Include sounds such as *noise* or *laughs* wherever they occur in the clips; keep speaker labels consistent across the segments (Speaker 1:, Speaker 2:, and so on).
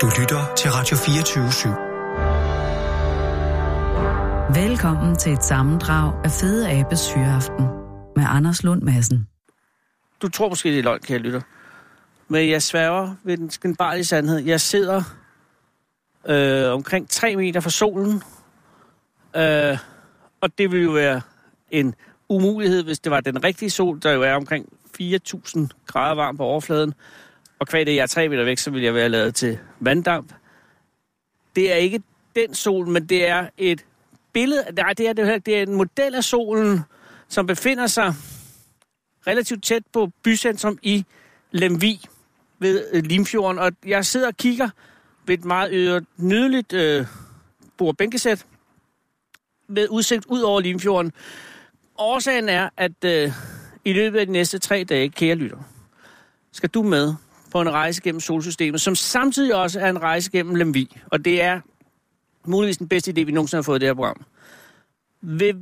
Speaker 1: Du lytter til Radio 24
Speaker 2: /7. Velkommen til et sammendrag af Fede Abes Hyreaften med Anders Lund Madsen.
Speaker 3: Du tror måske, det er løgn, kære lytter. Men jeg sværger ved den skinbarlige sandhed. Jeg sidder øh, omkring 3 meter fra solen. Øh, og det ville jo være en umulighed, hvis det var den rigtige sol, der jo er omkring 4.000 grader varm på overfladen. Og kvad det, jeg er 3 meter væk, så vil jeg være lavet til vanddamp. Det er ikke den sol, men det er et billede... Nej, det er, det er, det er en model af solen, som befinder sig relativt tæt på bycentrum i Lemvi ved øh, Limfjorden. Og jeg sidder og kigger ved et meget øh, nydeligt øh, bordbænkesæt med udsigt ud over Limfjorden. Årsagen er, at øh, i løbet af de næste tre dage, kære lytter, skal du med på en rejse gennem solsystemet, som samtidig også er en rejse gennem Lemvi. Og det er muligvis den bedste idé, vi nogensinde har fået i det her program. Ved,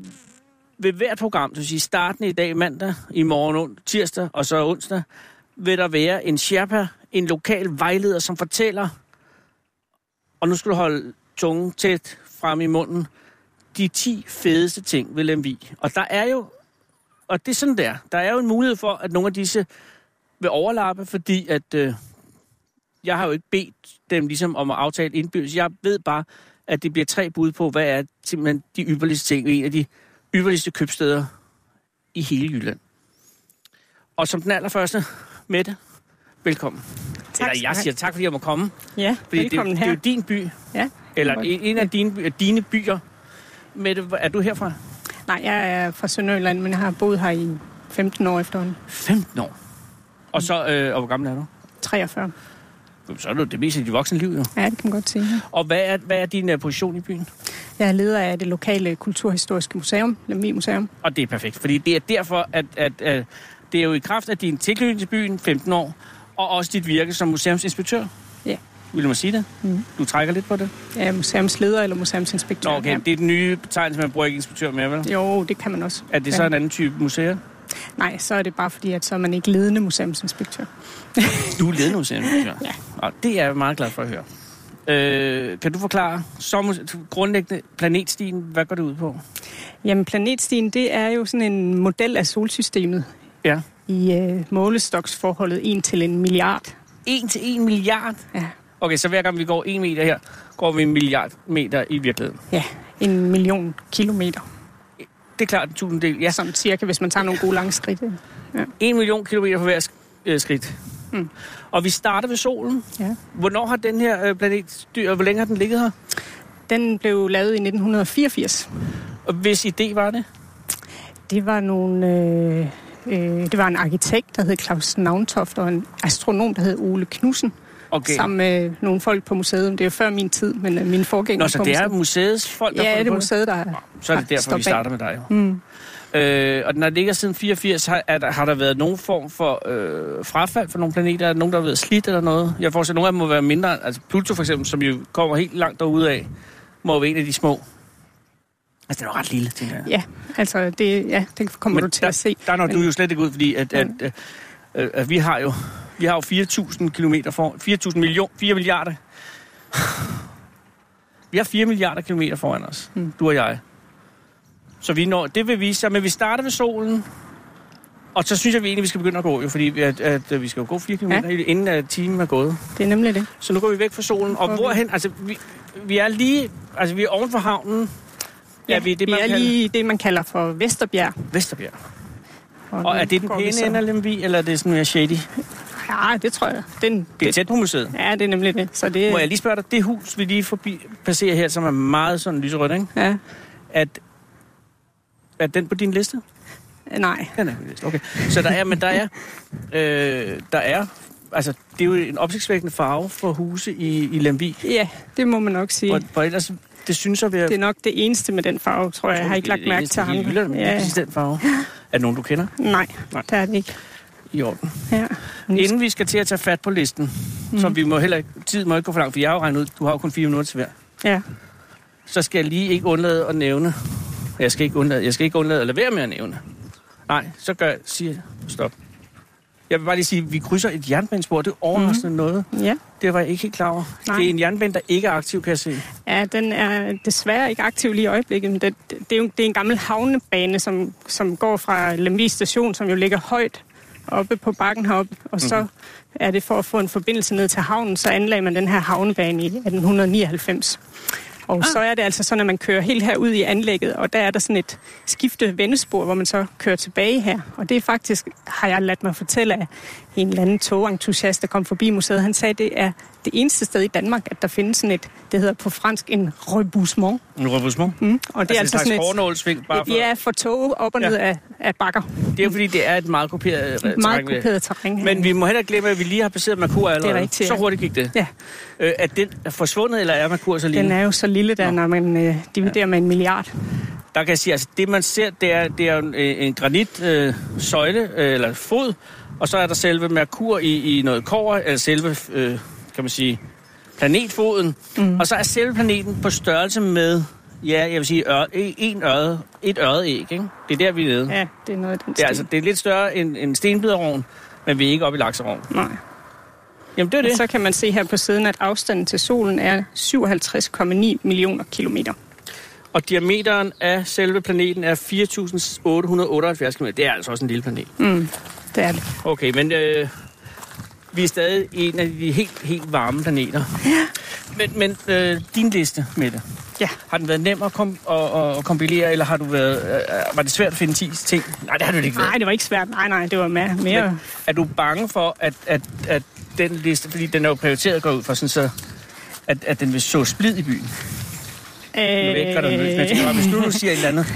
Speaker 3: ved hvert program, det vil sige starten i dag mandag, i morgen tirsdag og så onsdag, vil der være en sherpa, en lokal vejleder, som fortæller, og nu skal du holde tungen tæt frem i munden, de 10 fedeste ting ved Lemvi. Og der er jo, og det er sådan der, der er jo en mulighed for, at nogle af disse vil overlappe, fordi at øh, jeg har jo ikke bedt dem ligesom om at aftale indbyrdes. Jeg ved bare, at det bliver tre bud på, hvad er simpelthen de ypperligste ting ved en af de ypperligste købsteder i hele Jylland. Og som den allerførste, Mette, velkommen.
Speaker 4: Tak,
Speaker 3: Eller jeg
Speaker 4: tak.
Speaker 3: siger tak, fordi jeg må komme.
Speaker 4: Ja,
Speaker 3: Fordi det, er jo-
Speaker 4: velkommen
Speaker 3: det
Speaker 4: her.
Speaker 3: er jo din by,
Speaker 4: Ja.
Speaker 3: eller en, en af dine, by- dine byer. Mette, hvor- er du herfra?
Speaker 4: Nej, jeg er fra Sønderjylland, men jeg har boet her i 15 år efterhånden.
Speaker 3: 15 år. Og så, øh, og hvor gammel er du?
Speaker 4: 43.
Speaker 3: Jamen, Så er du det meste af dit voksne liv, jo.
Speaker 4: Ja, det kan man godt sige.
Speaker 3: Og hvad er, hvad er din uh, position i byen?
Speaker 4: Jeg er leder af det lokale kulturhistoriske museum, Lemvi Museum.
Speaker 3: Og det er perfekt, fordi det er derfor, at, at, at det er jo i kraft af din tilknytning til byen, 15 år, og også dit virke som museumsinspektør.
Speaker 4: Ja.
Speaker 3: Vil man sige det?
Speaker 4: Mhm.
Speaker 3: Du trækker lidt på det?
Speaker 4: Jeg er museumsleder eller museumsinspektør.
Speaker 3: Nå, okay. Det er den nye betegnelse, man bruger ikke inspektør mere, vel?
Speaker 4: Ja. Jo, det kan man også.
Speaker 3: Er det så en anden type museer?
Speaker 4: Nej, så er det bare fordi, at så er man ikke ledende museumsinspektør.
Speaker 3: Du er ledende museumsinspektør.
Speaker 4: Ja.
Speaker 3: Og det er jeg meget glad for at høre. Øh, kan du forklare som muse- grundlæggende planetstien, hvad går det ud på?
Speaker 4: Jamen, planetstien, det er jo sådan en model af solsystemet
Speaker 3: Ja.
Speaker 4: i øh, målestoksforholdet 1 til en milliard.
Speaker 3: 1 til 1 milliard.
Speaker 4: Ja.
Speaker 3: Okay, så hver gang vi går 1 meter her, går vi en milliard meter i virkeligheden.
Speaker 4: ja, en million kilometer.
Speaker 3: Det er klart en tusinddel. Ja,
Speaker 4: Ja. Sådan cirka, hvis man tager nogle gode lange skridt. ikke?
Speaker 3: 1 million kilometer på hver sk- øh, skridt. Mm. Og vi starter ved solen.
Speaker 4: Hmm. Ja.
Speaker 3: Hvornår har den her øh, planet styr, og hvor længe har den ligget her?
Speaker 4: Den blev lavet i 1984.
Speaker 3: Og hvis idé var det?
Speaker 4: Det var nogle... Øh, øh, det var en arkitekt, der hed Claus Navntoft, og en astronom, der hed Ole Knudsen, okay. sammen med nogle folk på museet. Det er jo før min tid, men øh, mine forgængere
Speaker 3: Nå, så
Speaker 4: på
Speaker 3: det er
Speaker 4: museet.
Speaker 3: museets folk, der
Speaker 4: Ja,
Speaker 3: har
Speaker 4: det er
Speaker 3: fundet på
Speaker 4: museet, der er.
Speaker 3: Så er det
Speaker 4: der
Speaker 3: derfor, vi
Speaker 4: står bag.
Speaker 3: starter med dig. Jo.
Speaker 4: Mm.
Speaker 3: Øh, og når det ligger siden 84, har, er der, har der været nogen form for øh, frafald for nogle planeter? Er der nogen, der har været slidt eller noget? Jeg forestiller, at nogle af dem må være mindre. Altså Pluto for eksempel, som jo kommer helt langt derude af, må jo være en af de små. Altså, den er jo ret lille, tænker jeg.
Speaker 4: Ja, altså det, ja, det kommer
Speaker 3: Men
Speaker 4: Men du til
Speaker 3: der,
Speaker 4: at se.
Speaker 3: Der når
Speaker 4: Men-
Speaker 3: du jo slet ikke ud, fordi at, at, at, at, at vi har jo, vi har jo 4.000 kilometer for, 4.000 million, 4 milliarder. Vi har 4 milliarder kilometer foran os,
Speaker 4: Mm.
Speaker 3: du og jeg. Så vi når, det vil vise sig, men vi starter ved solen, og så synes jeg vi egentlig, vi skal begynde at gå, jo, fordi at, at, at vi skal jo gå 4 km, ja. inden at timen er gået.
Speaker 4: Det er nemlig det.
Speaker 3: Så nu går vi væk fra solen, og
Speaker 4: Okay.
Speaker 3: hvorhen, altså vi, vi er lige, altså vi er oven for havnen, ja, vi er det,
Speaker 4: vi
Speaker 3: man
Speaker 4: er
Speaker 3: kalder
Speaker 4: lige i det, man kalder for Vesterbjerg.
Speaker 3: Vesterbjerg. Og er
Speaker 4: nu
Speaker 3: det den
Speaker 4: går vi
Speaker 3: pæne
Speaker 4: så-
Speaker 3: ende af Lemvi, eller er det sådan mere shady?
Speaker 4: Ja, det tror jeg. Den,
Speaker 3: Det er tæt på museet.
Speaker 4: Ja, det er nemlig det. Så det,
Speaker 3: Må jeg lige spørge dig, det hus, vi lige forbi, passerer her, som er meget sådan lyserødt, ikke?
Speaker 4: ja,
Speaker 3: At, er den på din liste?
Speaker 4: nej.
Speaker 3: Den er på din liste, okay. Så der er, men der er, øh, der er, altså det er jo en opsigtsvækkende farve for huse i, i Lemvi.
Speaker 4: Ja, det må man nok sige.
Speaker 3: Og, og ellers, det synes at være...
Speaker 4: Det er nok det eneste med den farve, tror jeg. Jeg har ikke lagt mærke til ham.
Speaker 3: Ja. Det er
Speaker 4: Ja,
Speaker 3: præcis den
Speaker 4: *laughs*
Speaker 3: farve. Er det nogen, du kender?
Speaker 4: nej,
Speaker 3: Nej.
Speaker 4: der er det ikke.
Speaker 3: I orden.
Speaker 4: Ja.
Speaker 3: Inden vi skal til at tage fat på listen, mm. så vi må heller ikke, tiden må ikke gå for langt, for jeg har jo regnet ud, du har jo kun fire minutter til hver.
Speaker 4: ja.
Speaker 3: så skal jeg lige ikke undlade at nævne. Jeg skal ikke undlade, jeg skal ikke undlade at lade være med at nævne. Nej, så gør jeg, siger jeg, stop. Jeg vil bare lige sige, at vi krydser et jernbanespor. Det er overraskende mm. noget.
Speaker 4: Ja.
Speaker 3: Det var jeg ikke helt klar over.
Speaker 4: Mhm. Nej.
Speaker 3: Det er en jernbane, der ikke er aktiv, kan jeg se.
Speaker 4: ja, den er desværre ikke aktiv lige i øjeblikket. Men det, det, er jo, det er en gammel havnebane, som, som går fra Lemvig station, som jo ligger højt oppe på bakken heroppe. Og
Speaker 3: Mhm.
Speaker 4: så er det for at få en forbindelse ned til havnen, så anlagde man den her havnebane i 1899. Og ah. så er det altså sådan, at man kører helt herud i anlægget, og der er der sådan et skifte vendespor, hvor man så kører tilbage her. Og det er faktisk, har jeg ladt mig fortælle af en eller anden togentusiast, der kom forbi museet. Han sagde, at det er det eneste sted i Danmark, at der findes sådan et, det hedder på fransk en reboussement.
Speaker 3: En robusmo.
Speaker 4: Mm. Og det
Speaker 3: Det
Speaker 4: er
Speaker 3: er altså,
Speaker 4: altså
Speaker 3: altså en
Speaker 4: sådan
Speaker 3: slags
Speaker 4: et...
Speaker 3: hårnålsving, bare for...
Speaker 4: Ja, for tog op og ned
Speaker 3: Ja.
Speaker 4: ja. af, af bakker.
Speaker 3: Det er fordi, det er et meget kopieret øh,
Speaker 4: Meget
Speaker 3: terræn, vi-
Speaker 4: kuperet terræn. her.
Speaker 3: Men vi må heller ikke glemme, at vi lige har passeret Merkur allerede.
Speaker 4: rigtigt,
Speaker 3: Så
Speaker 4: ja.
Speaker 3: hurtigt gik det.
Speaker 4: Ja,
Speaker 3: Øh, er den er forsvundet, eller er Merkur så lige?
Speaker 4: den er jo så lille der,
Speaker 3: Nå.
Speaker 4: når man øh, dividerer ja. med en milliard.
Speaker 3: Der kan jeg sige, altså det man ser, det er, det er jo en, øh, en granitsøjle, øh, søjle, øh, eller fod, og så er der selve Merkur i, i noget kover, eller selve, øh, kan man sige, planetfoden. Mm. Og så er selve planeten på størrelse med, ja, jeg vil sige, ør, en øret, et øret æg, ikke? Det er der, vi er nede.
Speaker 4: Ja, det er noget af den
Speaker 3: Det er,
Speaker 4: stil.
Speaker 3: altså, det er lidt større end en stenbiderovn, men vi er ikke oppe i lakserovn.
Speaker 4: Nej.
Speaker 3: Jamen, det er
Speaker 4: Og
Speaker 3: det.
Speaker 4: så kan man se her på siden, at afstanden til solen er 57,9 millioner kilometer.
Speaker 3: Og diameteren af selve planeten er 4.878 km. Det er altså også en lille planet.
Speaker 4: Det er det.
Speaker 3: Okay, men øh, vi er stadig en af de helt, helt varme planeter. Ja. Men, men øh, din liste, Mette,
Speaker 4: Ja.
Speaker 3: har den været nem at, kom- at, at kompilere, eller har du været, øh, var det svært at finde 10 ting? Nej, det har det ikke været.
Speaker 4: Nej, det var ikke svært. Nej, nej, det var mere... mere.
Speaker 3: Men er du bange for, at, at, at den liste, fordi den er jo prioriteret går ud fra sådan så, at, at den vil så splid i byen? Nu vækker der
Speaker 4: Øh,
Speaker 3: noget, men tænker bare, hvis nu du siger et eller andet,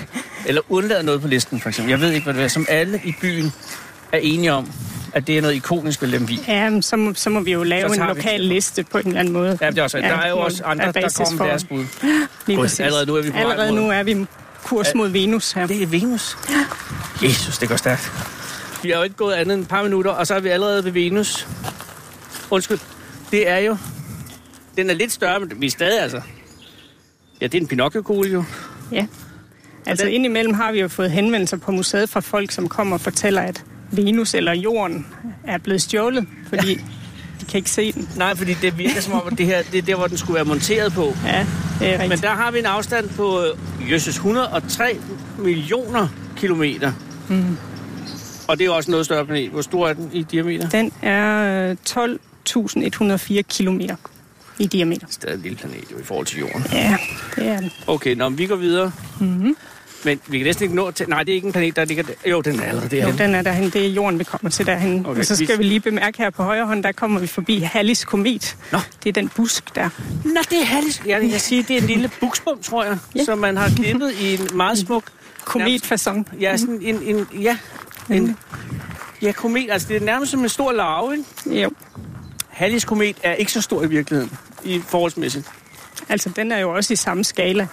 Speaker 3: eller undlader noget på listen, for eksempel. Jeg ved ikke, hvad det er, som alle i byen er enige om, at det er noget ikonisk ved Lemvig.
Speaker 4: Ja, men så, må, så må vi jo lave
Speaker 3: Så
Speaker 4: en
Speaker 3: tager vi
Speaker 4: lokal
Speaker 3: det.
Speaker 4: liste på en eller anden måde.
Speaker 3: Ja, det er også, ja, der er jo
Speaker 4: hvor-
Speaker 3: også andre, der
Speaker 4: basis
Speaker 3: kommer med
Speaker 4: for-
Speaker 3: deres bud.
Speaker 4: Lige
Speaker 3: Gud,
Speaker 4: præcis.
Speaker 3: allerede nu er vi på vej
Speaker 4: Allerede
Speaker 3: mod-
Speaker 4: nu er vi kurs
Speaker 3: Ja.
Speaker 4: mod Venus her.
Speaker 3: Det er Venus. Jesus, det går stærkt. Vi har jo ikke gået andet end et par minutter, og så er vi allerede ved Venus. Undskyld, det er jo... Den er lidt større, men vi er stadig altså... Ja, det er en Pinocchio-kugle jo.
Speaker 4: Ja. Altså
Speaker 3: den-
Speaker 4: indimellem har vi jo fået henvendelser på museet fra folk, som kommer og fortæller, at Venus eller Jorden er blevet stjålet, fordi ja. de kan ikke se den.
Speaker 3: Nej, fordi det virker som om, at det her det er der, hvor den skulle være monteret på.
Speaker 4: Ja, det er
Speaker 3: Men
Speaker 4: rigtigt.
Speaker 3: der har vi en afstand på øh, jøsses 103 millioner kilometer. Mm. Og det er jo også en noget større planet. Hvor stor er den i diameter?
Speaker 4: Den er øh, 12.104 kilometer i diameter.
Speaker 3: Stadig en lille planet jo i forhold til jorden.
Speaker 4: Ja, det er den.
Speaker 3: Okay, nå, men vi går videre. Mm-hmm. Men vi kan næsten ikke nå til... Nej, det er ikke en planet, der ligger... Jo, den er allerede
Speaker 4: Jo,
Speaker 3: derhenne.
Speaker 4: den er derhen. Det er jorden, vi kommer til derhen.
Speaker 3: Okay,
Speaker 4: Okay, og så skal
Speaker 3: vi-
Speaker 4: vi lige bemærke her på højre hånd, der kommer vi forbi Hallis komet.
Speaker 3: Nå.
Speaker 4: Det er den busk der.
Speaker 3: Nå, det er Hallis. Ja, jeg kan sige, det er en lille buksbom, tror jeg,
Speaker 4: Ja.
Speaker 3: som man har klippet i en Mm-hmm. meget smuk... nærmest-
Speaker 4: Kometfasong.
Speaker 3: Ja, sådan en... en ja, en, ja, komet. Altså, det er nærmest som en stor larve, ikke?
Speaker 4: Jo.
Speaker 3: Hallis komet er ikke så stor i virkeligheden, i forholdsmæssigt.
Speaker 4: Altså, den er jo også i samme skala.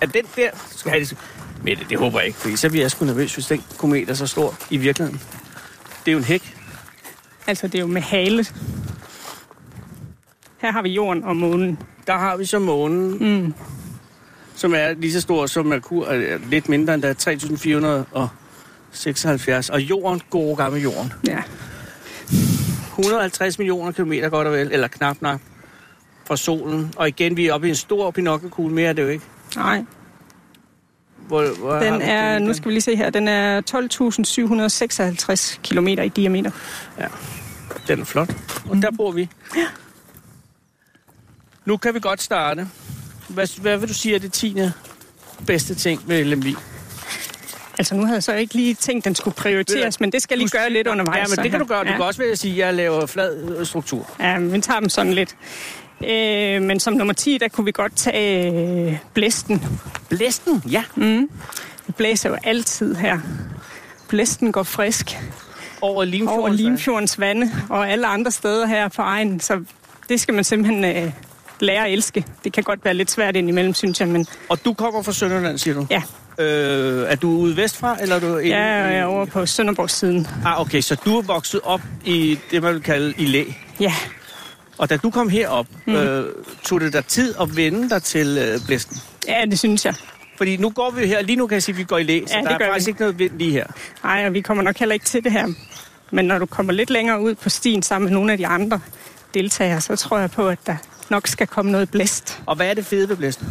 Speaker 3: Er den der... Skal Hallis... Mette, det håber jeg ikke, fordi så bliver jeg sgu nervøs, hvis den komet er så stor i virkeligheden. Det er jo en hæk.
Speaker 4: Altså, det er jo med hale. Her har vi jorden og månen.
Speaker 3: Der har vi så månen, mm. som er lige så stor som Merkur, og er lidt mindre end der er 3.476. Og jorden, gode gamle jorden.
Speaker 4: Ja.
Speaker 3: 150 millioner kilometer godt og vel, eller knap nok, fra solen. Og igen, vi er oppe i en stor pinocchio mere er det jo ikke.
Speaker 4: Nej,
Speaker 3: Hvor, hvor har
Speaker 4: den
Speaker 3: vi
Speaker 4: er, nu
Speaker 3: der?
Speaker 4: skal vi lige se her, den er 12.756 km i diameter.
Speaker 3: Den er flot. Og der
Speaker 4: Mm.
Speaker 3: bor vi. Nu kan vi godt starte. Hvad, hvad vil du sige er det tiende bedste ting ved Lemvig?
Speaker 4: Altså, nu havde jeg så ikke lige tænkt, den skulle prioriteres, men det skal jeg lige gøre lidt undervejs.
Speaker 3: Ja, men
Speaker 4: så
Speaker 3: det kan
Speaker 4: her.
Speaker 3: du gøre. Du
Speaker 4: Ja.
Speaker 3: kan også ved at sige, at jeg laver flad øh, struktur.
Speaker 4: Ja, men vi tager dem sådan lidt. Øh, men som nummer 10, der kunne vi godt tage øh, blæsten.
Speaker 3: Blæsten, ja. Mm.
Speaker 4: Det blæser jo altid her. Blæsten går frisk
Speaker 3: Over Limfjorden.
Speaker 4: over
Speaker 3: så.
Speaker 4: Limfjordens vande og alle andre steder her på egen, så det skal man simpelthen øh, lære at elske. Det kan godt være lidt svært indimellem, synes jeg, men
Speaker 3: Og du kommer fra Sønderland, siger du?
Speaker 4: ja,
Speaker 3: Øh, er du ude vestfra, eller er du inde
Speaker 4: jeg er
Speaker 3: i-
Speaker 4: jeg er over på Sønderborg-siden.
Speaker 3: Ah, okay, så du er vokset op i det, man vil kalde i læ.
Speaker 4: Ja,
Speaker 3: Og da du kom herop, mm. øh, tog det dig tid at vende dig til øh, blæsten?
Speaker 4: ja det synes jeg.
Speaker 3: Fordi nu går vi her, lige nu kan jeg sige, at vi går i læ, så
Speaker 4: Ja,
Speaker 3: der
Speaker 4: det
Speaker 3: er
Speaker 4: gør
Speaker 3: faktisk
Speaker 4: vi.
Speaker 3: ikke noget vind lige her.
Speaker 4: Nej, og vi kommer nok heller ikke til det her. Men når du kommer lidt længere ud på stien sammen med nogle af de andre deltagere, så tror jeg på, at der nok skal komme noget blæst.
Speaker 3: Og hvad er det fede ved blæsten?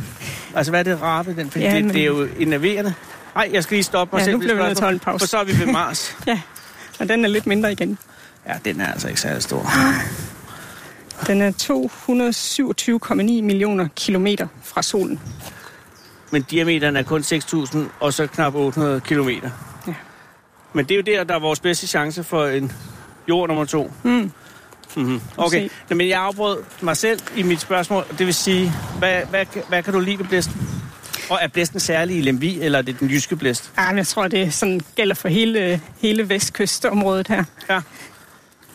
Speaker 3: Altså, hvad er det rare ved den? Fordi ja,
Speaker 4: Ja,
Speaker 3: det,
Speaker 4: men-
Speaker 3: det er jo enerverende. Nej, jeg skal lige stoppe mig
Speaker 4: Ja,
Speaker 3: selv.
Speaker 4: nu
Speaker 3: ved
Speaker 4: bliver vi
Speaker 3: et
Speaker 4: nødt til
Speaker 3: spørgsmål,
Speaker 4: at holde en pause.
Speaker 3: For så er vi ved Mars.
Speaker 4: Ja, og den er lidt mindre igen.
Speaker 3: ja, den er altså ikke særlig stor.
Speaker 4: Den er 227,9 millioner kilometer fra solen.
Speaker 3: Men diameteren er kun 6.000, og så knap 800 kilometer.
Speaker 4: Ja.
Speaker 3: Men det er jo der, der er vores bedste chance for en jord nummer to.
Speaker 4: Mm.
Speaker 3: Mm-hmm. Okay,
Speaker 4: se.
Speaker 3: Nå, men jeg afbrød mig selv i mit spørgsmål. Det vil sige, hvad, hvad, hvad kan du lide ved blæsten? Og er blæsten særlig i Lemvi, eller er det den jyske blæst?
Speaker 4: Ej, men jeg tror, det sådan gælder for hele, hele vestkystområdet her.
Speaker 3: Ja.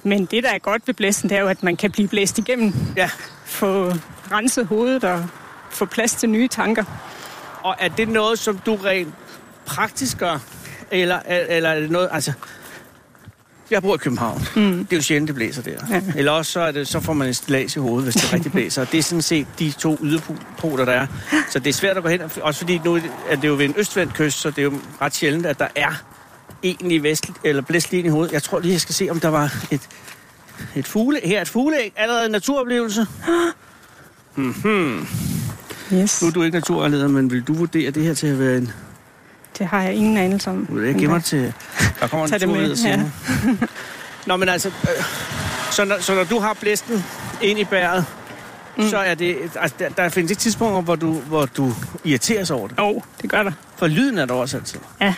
Speaker 4: Men det, der er godt ved blæsten, det er jo, at man kan blive blæst igennem.
Speaker 3: ja.
Speaker 4: Få renset hovedet og få plads til nye tanker.
Speaker 3: Og er det noget, som du rent praktisk gør? Eller, eller er det noget, altså... Jeg bor i København. Mm. Det er jo sjældent, det blæser der. Ja.
Speaker 4: Ja.
Speaker 3: Eller også så, er det, så får man en stilas i hovedet, hvis *laughs* det rigtig blæser. Og det er sådan set de to yderpoler, der er. Så det er svært at gå hen. og- Også fordi nu er det jo ved en østvendt kyst, så det er jo ret sjældent, at der er egentlig vest, eller blæst lige ind i hovedet. Jeg tror lige, jeg skal se, om der var et, et fugle. Her er et fugleæg. Allerede en naturoplevelse.
Speaker 4: Yes,
Speaker 3: Nu er du ikke naturleder, men vil du vurdere det her til at være en
Speaker 4: det har jeg ingen anelse om.
Speaker 3: Nu vil jeg gemme mig til... Der kommer en
Speaker 4: Tag det med,
Speaker 3: turleder senere.
Speaker 4: ja.
Speaker 3: Nå, men altså... Øh, så, når, så når du har blæsten ind i bæret, mm. så er det... Altså, der, der findes ikke tidspunkter, hvor du, hvor du irriterer sig over det.
Speaker 4: Jo, oh, det gør der.
Speaker 3: For lyden er der også altid.
Speaker 4: Ja,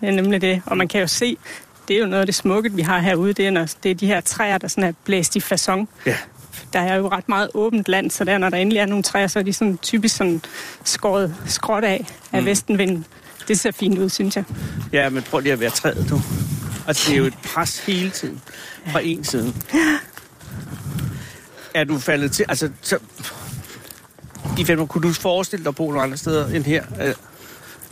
Speaker 4: det er nemlig det. Og man kan jo se, det er jo noget af det smukke, vi har herude. Det er, når, det er de her træer, der sådan er blæst i fason.
Speaker 3: Ja.
Speaker 4: Der er jo ret meget åbent land, så der, når der endelig er nogle træer, så er de sådan typisk sådan skåret skråt af af mm. vestenvinden. Det ser fint ud, synes jeg.
Speaker 3: Ja, men prøv lige at være træet, du. Og det er jo et pres hele tiden. Fra en side. Er du faldet til... Altså, så, i fem kunne du forestille dig at bo nogle andre steder end her? Øh,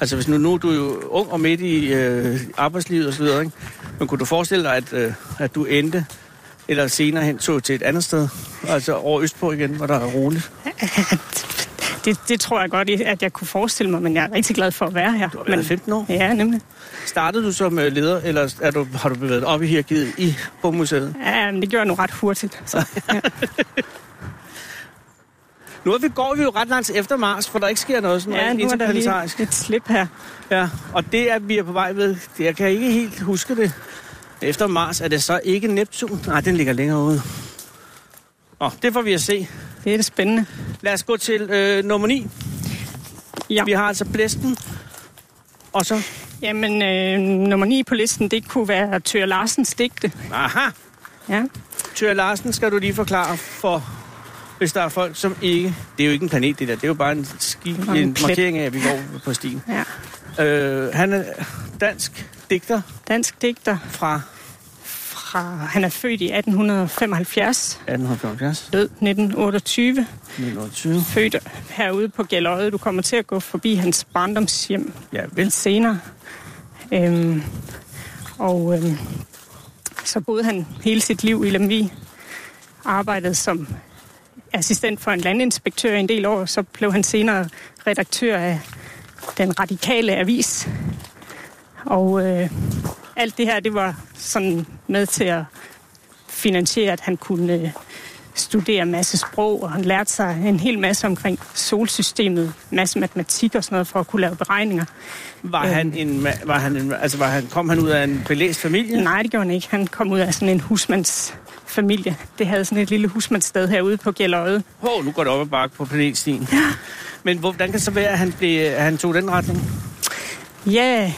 Speaker 3: Altså, hvis nu, nu er du jo ung og midt i øh, arbejdslivet og så videre, ikke? Men kunne du forestille dig, at, øh, at du endte eller senere hen tog til et andet sted? Altså over Østpå igen, hvor der er roligt.
Speaker 4: Det, det tror jeg godt, at jeg kunne forestille mig, men jeg er rigtig glad for at være her.
Speaker 3: Du har været
Speaker 4: men,
Speaker 3: 15 år.
Speaker 4: Ja, nemlig.
Speaker 3: Startede du som øh, leder, eller er du, har du bevæget dig op i hierarkiet i Bogmuseet?
Speaker 4: Ja, men det gjorde jeg nu ret hurtigt. Så, ja.
Speaker 3: Nu er vi, går vi jo ret langt efter Mars, for der ikke sker noget sådan
Speaker 4: ja,
Speaker 3: ja,
Speaker 4: nu er der lige
Speaker 3: interplanetarisk.
Speaker 4: et slip her.
Speaker 3: Ja, og det, at vi er på vej ved, det, jeg kan ikke helt huske det. Efter Mars er det så ikke Neptun. Nej, den ligger længere ude. Nå, det får vi at se.
Speaker 4: Det er det spændende.
Speaker 3: Lad os gå til øh, nummer 9.
Speaker 4: Ja.
Speaker 3: Vi har altså blæsten. Og så...
Speaker 4: Jamen, øh, nummer 9 på listen, det kunne være Tør Larsens digte.
Speaker 3: Aha!
Speaker 4: Ja.
Speaker 3: Tyr Larsen skal du lige forklare for, hvis der er folk, som ikke... Det er jo ikke en planet, det der. Det er jo bare en, ski,
Speaker 4: er
Speaker 3: en,
Speaker 4: bare en
Speaker 3: en
Speaker 4: plet.
Speaker 3: markering af, at vi går på stien.
Speaker 4: ja.
Speaker 3: Øh, han er dansk digter
Speaker 4: Dansk digter.
Speaker 3: fra
Speaker 4: Fra, han er født i 1875,
Speaker 3: 1870.
Speaker 4: død 1928,
Speaker 3: 1920.
Speaker 4: født herude på Gælderøde. Du kommer til at gå forbi hans barndomshjem
Speaker 3: Ja, vel.
Speaker 4: vel senere. Øhm, og øhm, så boede han hele sit liv i Lemvi, arbejdede som assistent for en landinspektør i en del år, så blev han senere redaktør af den radikale avis. Og øh, alt det her, det var sådan med til at finansiere, at han kunne øh, studere en masse sprog, og han lærte sig en hel masse omkring solsystemet, en masse matematik og sådan noget, for at kunne lave beregninger.
Speaker 3: Var han en, ma- var han en, altså var han, kom han ud af en belæst familie?
Speaker 4: Nej, det gjorde han ikke. Han kom ud af sådan en husmandsfamilie. Det havde sådan et lille husmandssted herude på Gjellerøde.
Speaker 3: Hov, nu går det op ad bakke på planetstien. Ja. Men hvordan kan det så være, at han, blev, at han tog den retning?
Speaker 4: Ja,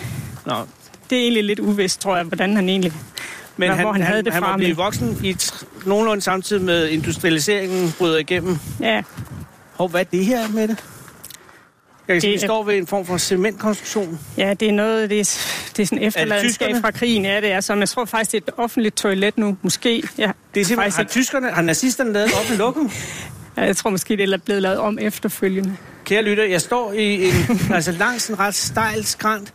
Speaker 3: Nå.
Speaker 4: det er egentlig lidt uvist, tror jeg, hvordan han egentlig...
Speaker 3: Men
Speaker 4: Hvor
Speaker 3: han,
Speaker 4: han havde det
Speaker 3: han
Speaker 4: fra,
Speaker 3: var blevet
Speaker 4: men-
Speaker 3: voksen i tr- nogenlunde samtidig med industrialiseringen bryder igennem.
Speaker 4: Ja,
Speaker 3: Hov, hvad er det her med det? Jeg kan se, vi
Speaker 4: Det er-
Speaker 3: står ved en form for cementkonstruktion.
Speaker 4: ja det er noget, det er, det er sådan efterladenskab
Speaker 3: tyskerne?
Speaker 4: fra krigen. Ja, det er så. Men jeg tror faktisk, det er et offentligt toilet nu. Måske. Ja,
Speaker 3: Det er simpelthen,
Speaker 4: faktisk
Speaker 3: har
Speaker 4: ikke.
Speaker 3: tyskerne, har nazisterne lavet en offentlig lukning?
Speaker 4: Ja, Jeg tror måske, det er blevet lavet om efterfølgende.
Speaker 3: Kære lytter, jeg står i en, altså langs en ret stejl skrant,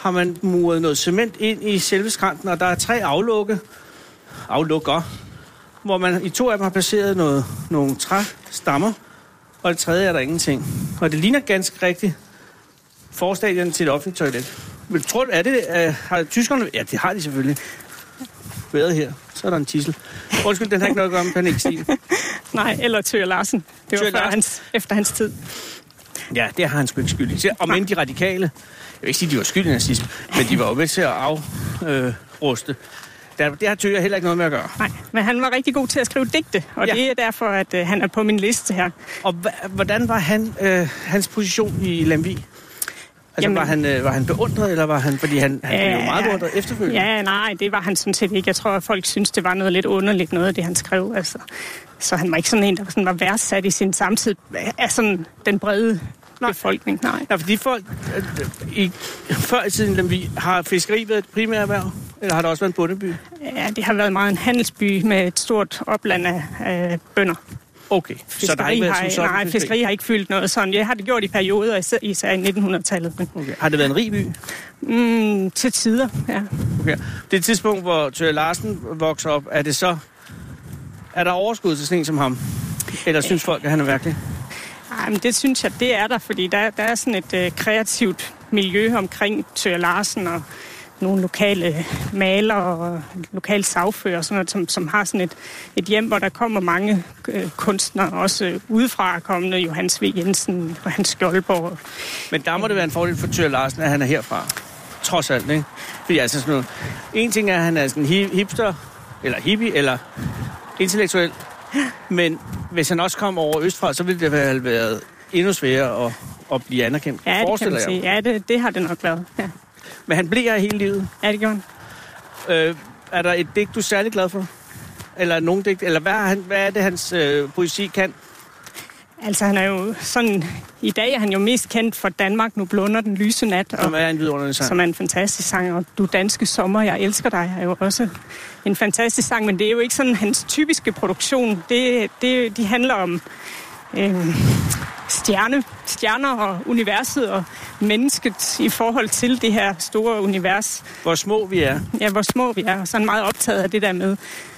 Speaker 3: har man muret noget cement ind i selve skranten, og der er tre aflukke, aflukker, hvor man i to af dem har placeret noget, nogle træstammer, og i det tredje er der ingenting. Og det ligner ganske rigtigt forstadion til et offentligt toilet. Men tror du, er det, øh, har tyskerne, ja det har de selvfølgelig, evakueret her. Så er der en tissel. Undskyld, den har ikke noget at gøre med panikstil.
Speaker 4: Nej, eller Tøger Larsen. Det var
Speaker 3: Thøger
Speaker 4: før
Speaker 3: Larsen.
Speaker 4: hans, efter hans tid.
Speaker 3: Ja, det har han sgu ikke skyld i. Om end de radikale, jeg vil ikke sige, at de var skyld i nazisme, men de var jo med til at afruste. Øh, ruste. Der- det har Tøger heller ikke noget med at gøre.
Speaker 4: Nej, men han var rigtig god til at skrive digte, og
Speaker 3: Ja.
Speaker 4: ja. det er derfor, at øh, han er på min liste her.
Speaker 3: Og hva- hvordan var han, øh, hans position i Lemvi? Altså, Jamen,
Speaker 4: Jamen-
Speaker 3: var, han, øh, var han beundret, eller var han... Fordi han, han blev jo
Speaker 4: Øh,
Speaker 3: meget beundret efterfølgende.
Speaker 4: Ja, nej, det var han sådan set ikke. Jeg tror, at folk synes, det var noget lidt underligt, noget af det, han skrev. Altså. Så han var ikke sådan en, der sådan var værdsat i sin samtid af sådan den brede nej. befolkning. Nej.
Speaker 3: Ja, fordi folk, øh, i, før i tiden, Lemvi, har fiskeri været et primært erhverv? Eller har der også været en bondeby?
Speaker 4: Ja, det har været meget en handelsby med et stort opland af øh, bønder.
Speaker 3: Okay, så der har ikke været som sådan
Speaker 4: nej, fiskeri har ikke fyldt noget sådan. Jeg har det gjort i perioder, især, især i 1900-tallet. Men,
Speaker 3: Okay. Har det været en rig by?
Speaker 4: mm, til tider, ja.
Speaker 3: Okay. Det tidspunkt, hvor Tøje Larsen vokser op, er det så... Er der overskud til sådan en som ham? Eller synes folk, at han er virkelig?
Speaker 4: Ej, men det synes jeg, det er der, fordi der, der er sådan et øh, kreativt miljø omkring Tør Larsen og nogle lokale malere og lokale sagfører, og sådan noget, som, som har sådan et, et hjem, hvor der kommer mange øh, kunstnere, også øh, udefra kommende, Johannes V. Jensen og Hans Skjoldborg.
Speaker 3: Men der må det være en fordel for Tøje Larsen, at han er herfra. Trods alt, ikke? Fordi altså sådan noget... En ting er, at han er sådan hi- hipster, eller hippie, eller intellektuel. Men hvis han også kom over østfra, så ville det have været endnu sværere at, at blive anerkendt.
Speaker 4: Ja, det kan
Speaker 3: forestiller
Speaker 4: man
Speaker 3: jeg mig.
Speaker 4: sige. Ja, det, det har det nok været. Ja,
Speaker 3: Men han bliver her hele livet.
Speaker 4: ja det gjorde han.
Speaker 3: Øh, er der et digt, du er særlig glad for? Eller nogen digt? Eller hvad, er han, hvad er det, hans øh, poesi kan?
Speaker 4: Altså, han er jo sådan... I dag er han jo mest kendt for Danmark, nu blunder den lyse nat. Og,
Speaker 3: Som er en vidunderlig sang.
Speaker 4: som er en fantastisk sang, og Du danske sommer, jeg elsker dig, er jo også en fantastisk sang, men det er jo ikke sådan hans typiske produktion. Det, det, de handler om øh, stjerne, stjerner og universet og mennesket i forhold til det her store univers.
Speaker 3: Hvor små vi er.
Speaker 4: Ja, hvor små vi er, og sådan meget optaget af det der med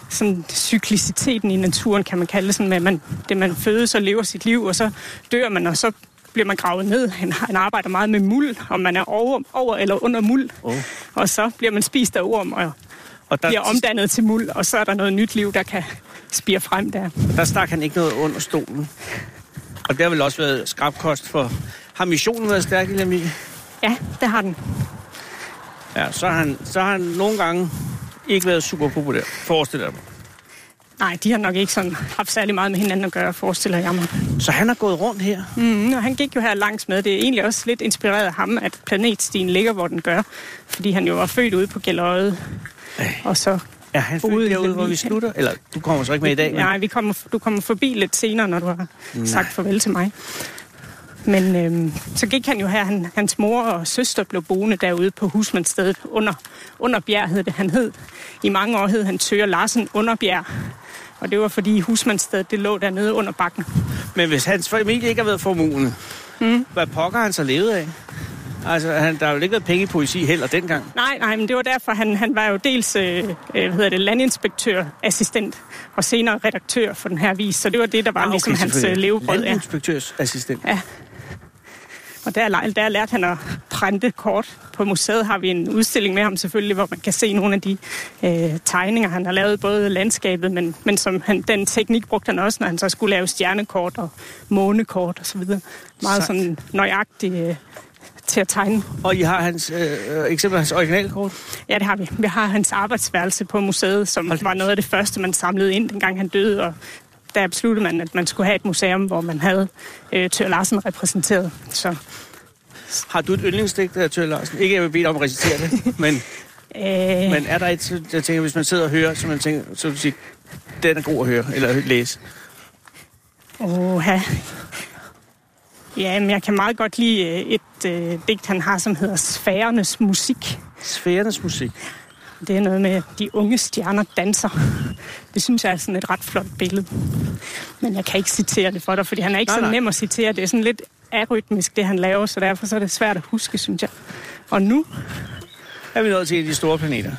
Speaker 4: sådan cykliciteten i naturen, kan man kalde det sådan, med at man, det man fødes og lever sit liv, og så dør man, og så bliver man gravet ned. Han, han arbejder meget med muld, om man er over, over eller under muld.
Speaker 3: Oh.
Speaker 4: Og så bliver man spist af orm og
Speaker 3: Og der,
Speaker 4: bliver omdannet til muld, og så er der noget nyt liv, der kan spire frem der.
Speaker 3: der stak han ikke noget under stolen. Og det har vel også været skrabkost for... Har missionen været stærk i Lemmy?
Speaker 4: Ja, det har den.
Speaker 3: Ja, så har, han, så har han nogle gange ikke været super populær, forestiller jeg mig.
Speaker 4: Nej, de har nok ikke sådan haft særlig meget med hinanden at gøre, forestiller jeg mig.
Speaker 3: Så han har gået rundt her.
Speaker 4: Mm, og han gik jo her langs med. Det er egentlig også lidt inspireret af ham, at planetstien ligger, hvor den gør. Fordi han jo var født ude på Gælderøde. Og så...
Speaker 3: Ja, han
Speaker 4: Ude
Speaker 3: født
Speaker 4: i
Speaker 3: derude, hvor
Speaker 4: Lemvig,
Speaker 3: vi
Speaker 4: ja.
Speaker 3: slutter. Eller du kommer så ikke med i dag, men
Speaker 4: Nej, vi kommer, du kommer forbi lidt senere, når du har Nej. sagt farvel til mig. Men øhm, så gik han jo her. Han, hans mor og søster blev boende derude på husmandsstedet under, under Bjerg, hed det han hed. I mange år hed han Tøger Larsen Underbjerg. Og det var fordi husmandsstedet det lå dernede under bakken.
Speaker 3: Men hvis hans familie ikke har været formuen, mm. hvad pokker har han så levet af? Altså, han, der har jo ikke været penge i poesi heller dengang.
Speaker 4: Nej, nej, men det var derfor, han, han var jo dels øh, øh, hvad hedder det, landinspektørassistent og senere redaktør for den her vis. Så det var det, der var ah, okay, ligesom hans øh, levebrød. Ja.
Speaker 3: Landinspektørsassistent.
Speaker 4: Ja. Og der, le- der lærte han at printe kort. På museet har vi en udstilling med ham selvfølgelig, hvor man kan se nogle af de øh, tegninger, han har lavet, både landskabet, men, men som han, den teknik brugte han også, når han så skulle lave stjernekort og månekort osv. Meget
Speaker 3: Sejt.
Speaker 4: sådan nøjagtigt øh, til at tegne.
Speaker 3: Og I har hans, øh, øh, eksempel hans originalkort.
Speaker 4: Ja, det har vi. Vi har hans arbejdsværelse på museet, som
Speaker 3: Hold da
Speaker 4: var
Speaker 3: op.
Speaker 4: noget af det første, man samlede ind, dengang han døde, og der besluttede man, at man skulle have et museum, hvor man havde øh, Tør Larsen repræsenteret. Så
Speaker 3: Har du et yndlingsdigt af Tøger Larsen? Ikke, jeg vil bede dig om at recitere
Speaker 4: *laughs*
Speaker 3: det, men,
Speaker 4: Øh,
Speaker 3: men er der et, så- jeg tænker, hvis man sidder og hører, så man tænker, så vil du sige, den er god at høre, eller læse.
Speaker 4: Oha. Ja, men jeg kan meget godt lide øh, et øh, digt, han har, som hedder Sfærernes Musik.
Speaker 3: Sfærernes musik.
Speaker 4: Det er noget med, at de unge stjerner danser. Det synes jeg er sådan et ret flot billede. Men jeg kan ikke citere det for dig, fordi han er ikke
Speaker 3: Nej,
Speaker 4: så
Speaker 3: nej.
Speaker 4: nem at citere. Det er sådan lidt arytmisk, det han laver, så derfor så er det svært at huske, synes jeg. Og nu
Speaker 3: Er vi nået til en af de store planeter?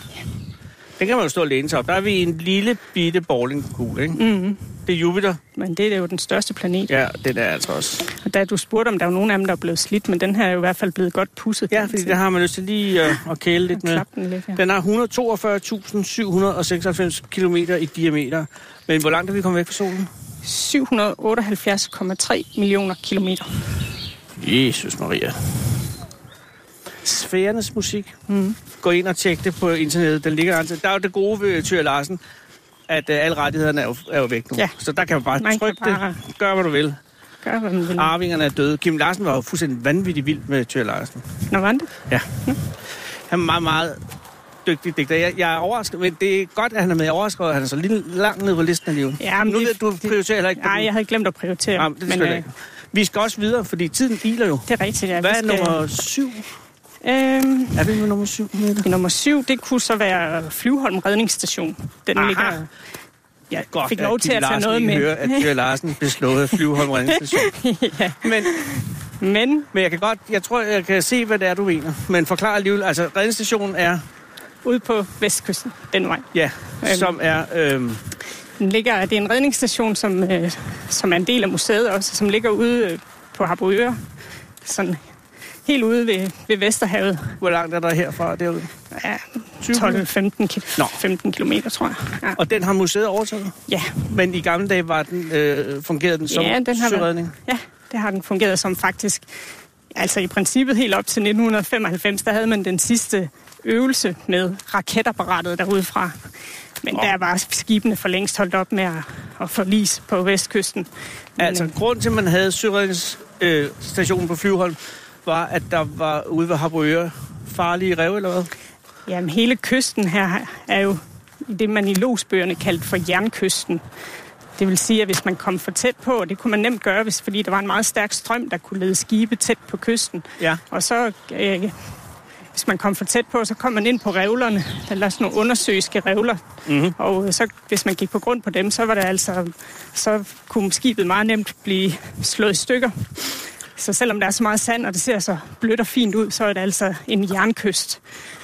Speaker 3: Den kan man jo stå og læne sig op. Der er vi i en lille bitte bowlingkugle, ikke?
Speaker 4: Mm.
Speaker 3: Det er Jupiter.
Speaker 4: Men det er jo den største planet.
Speaker 3: Ja, den er altså også.
Speaker 4: Og da du spurgte, om der var nogen af dem, der er blevet slidt, men den her er jo i hvert fald blevet godt pusset.
Speaker 3: Ja, fordi der har man lyst til lige øh, at kæle lidt
Speaker 4: lidt
Speaker 3: med.
Speaker 4: Klap den lidt, ja.
Speaker 3: Den har 142.796 km i diameter. Men hvor langt er vi kommet væk fra solen?
Speaker 4: 778,3 millioner kilometer.
Speaker 3: Jesus Maria. Sfærernes musik. Mm. Gå ind og tjek det på internettet. Den ligger altså. Der er jo det gode ved Tyre Larsen, at uh, alle rettighederne er jo, er jo væk nu.
Speaker 4: Ja.
Speaker 3: Så der kan man bare
Speaker 4: Man kan
Speaker 3: trykke
Speaker 4: bare-
Speaker 3: det. Gør, hvad du vil.
Speaker 4: Gør, hvad man vil. Ah.
Speaker 3: Arvingerne er døde. Kim Larsen var jo fuldstændig vanvittig vild med Tyre Larsen.
Speaker 4: Nå, var den det?
Speaker 3: Ja. Han er meget, meget dygtig digter. Jeg, jeg er overrasket, men det er godt, at han er med. Jeg er overrasket, over, at han er så lille, langt nede på listen alligevel.
Speaker 4: Ja, men
Speaker 3: nu
Speaker 4: det-
Speaker 3: ved jeg, du prioriterer heller ikke.
Speaker 4: Nej, jeg havde glemt at prioritere.
Speaker 3: Jamen, det men,
Speaker 4: øh,
Speaker 3: øh... Vi skal også videre, fordi tiden iler jo.
Speaker 4: det er rigtigt, ja.
Speaker 3: Hvad
Speaker 4: Vi
Speaker 3: er nummer syv?
Speaker 4: Øhm,
Speaker 3: Er vi med nummer syv? Mette?
Speaker 4: nummer syv, det kunne så være Flyvholm Redningsstation. Den
Speaker 3: Aha.
Speaker 4: ligger... Jeg
Speaker 3: Godt,
Speaker 4: fik lov til
Speaker 3: Kim
Speaker 4: at tage
Speaker 3: Larsen
Speaker 4: noget
Speaker 3: ikke
Speaker 4: med.
Speaker 3: Hører, at Tyre
Speaker 4: *laughs*
Speaker 3: Larsen blev slået af Flyveholm Redningsstation.
Speaker 4: ja.
Speaker 3: men,
Speaker 4: Men
Speaker 3: men jeg kan godt, jeg tror, jeg kan se, hvad det er, du mener. Men forklar alligevel, altså redningsstationen er,
Speaker 4: ude på vestkysten, den vej.
Speaker 3: ja,
Speaker 4: Øhm.
Speaker 3: som er, øhm,
Speaker 4: Den ligger, det er en redningsstation, som, øh, som er en del af museet også, som ligger ude øh, på Harboøre, sådan helt ude ved, ved Vesterhavet.
Speaker 3: hvor langt er der herfra og derude?
Speaker 4: Ja,
Speaker 3: 20 Nå.
Speaker 4: 12-15 15 kilometer, tror jeg. Ja.
Speaker 3: Og den har museet overtaget?
Speaker 4: Ja.
Speaker 3: Men i gamle dage var den, øh, fungerede den som
Speaker 4: ja, den har
Speaker 3: søredning?
Speaker 4: været, ja, det har den fungeret som faktisk. Altså i princippet helt op til 1995, der havde man den sidste øvelse med raketapparatet derude fra. Men oh. der var skibene for længst holdt op med at, at forlise på vestkysten. Men,
Speaker 3: Altså,
Speaker 4: øh,
Speaker 3: grund til, at man havde søredningsstationen øh, stationen på Flyveholm, var, at der var ude ved Harboøre farlige rev, eller hvad?
Speaker 4: Jamen, hele kysten her er jo det, man i logsbøgerne kaldte for jernkysten. Det vil sige, at hvis man kom for tæt på, og det kunne man nemt gøre, hvis, fordi der var en meget stærk strøm, der kunne lede skibe tæt på kysten.
Speaker 3: Ja.
Speaker 4: Og så, øh, hvis man kom for tæt på, så kom man ind på revlerne, eller sådan nogle undersøiske revler. Mm-hmm. Og så, hvis man gik på grund på dem, så var det altså, så kunne skibet meget nemt blive slået i stykker. Så selvom der er så meget sand, og det ser så blødt og fint ud, så er det altså en jernkyst.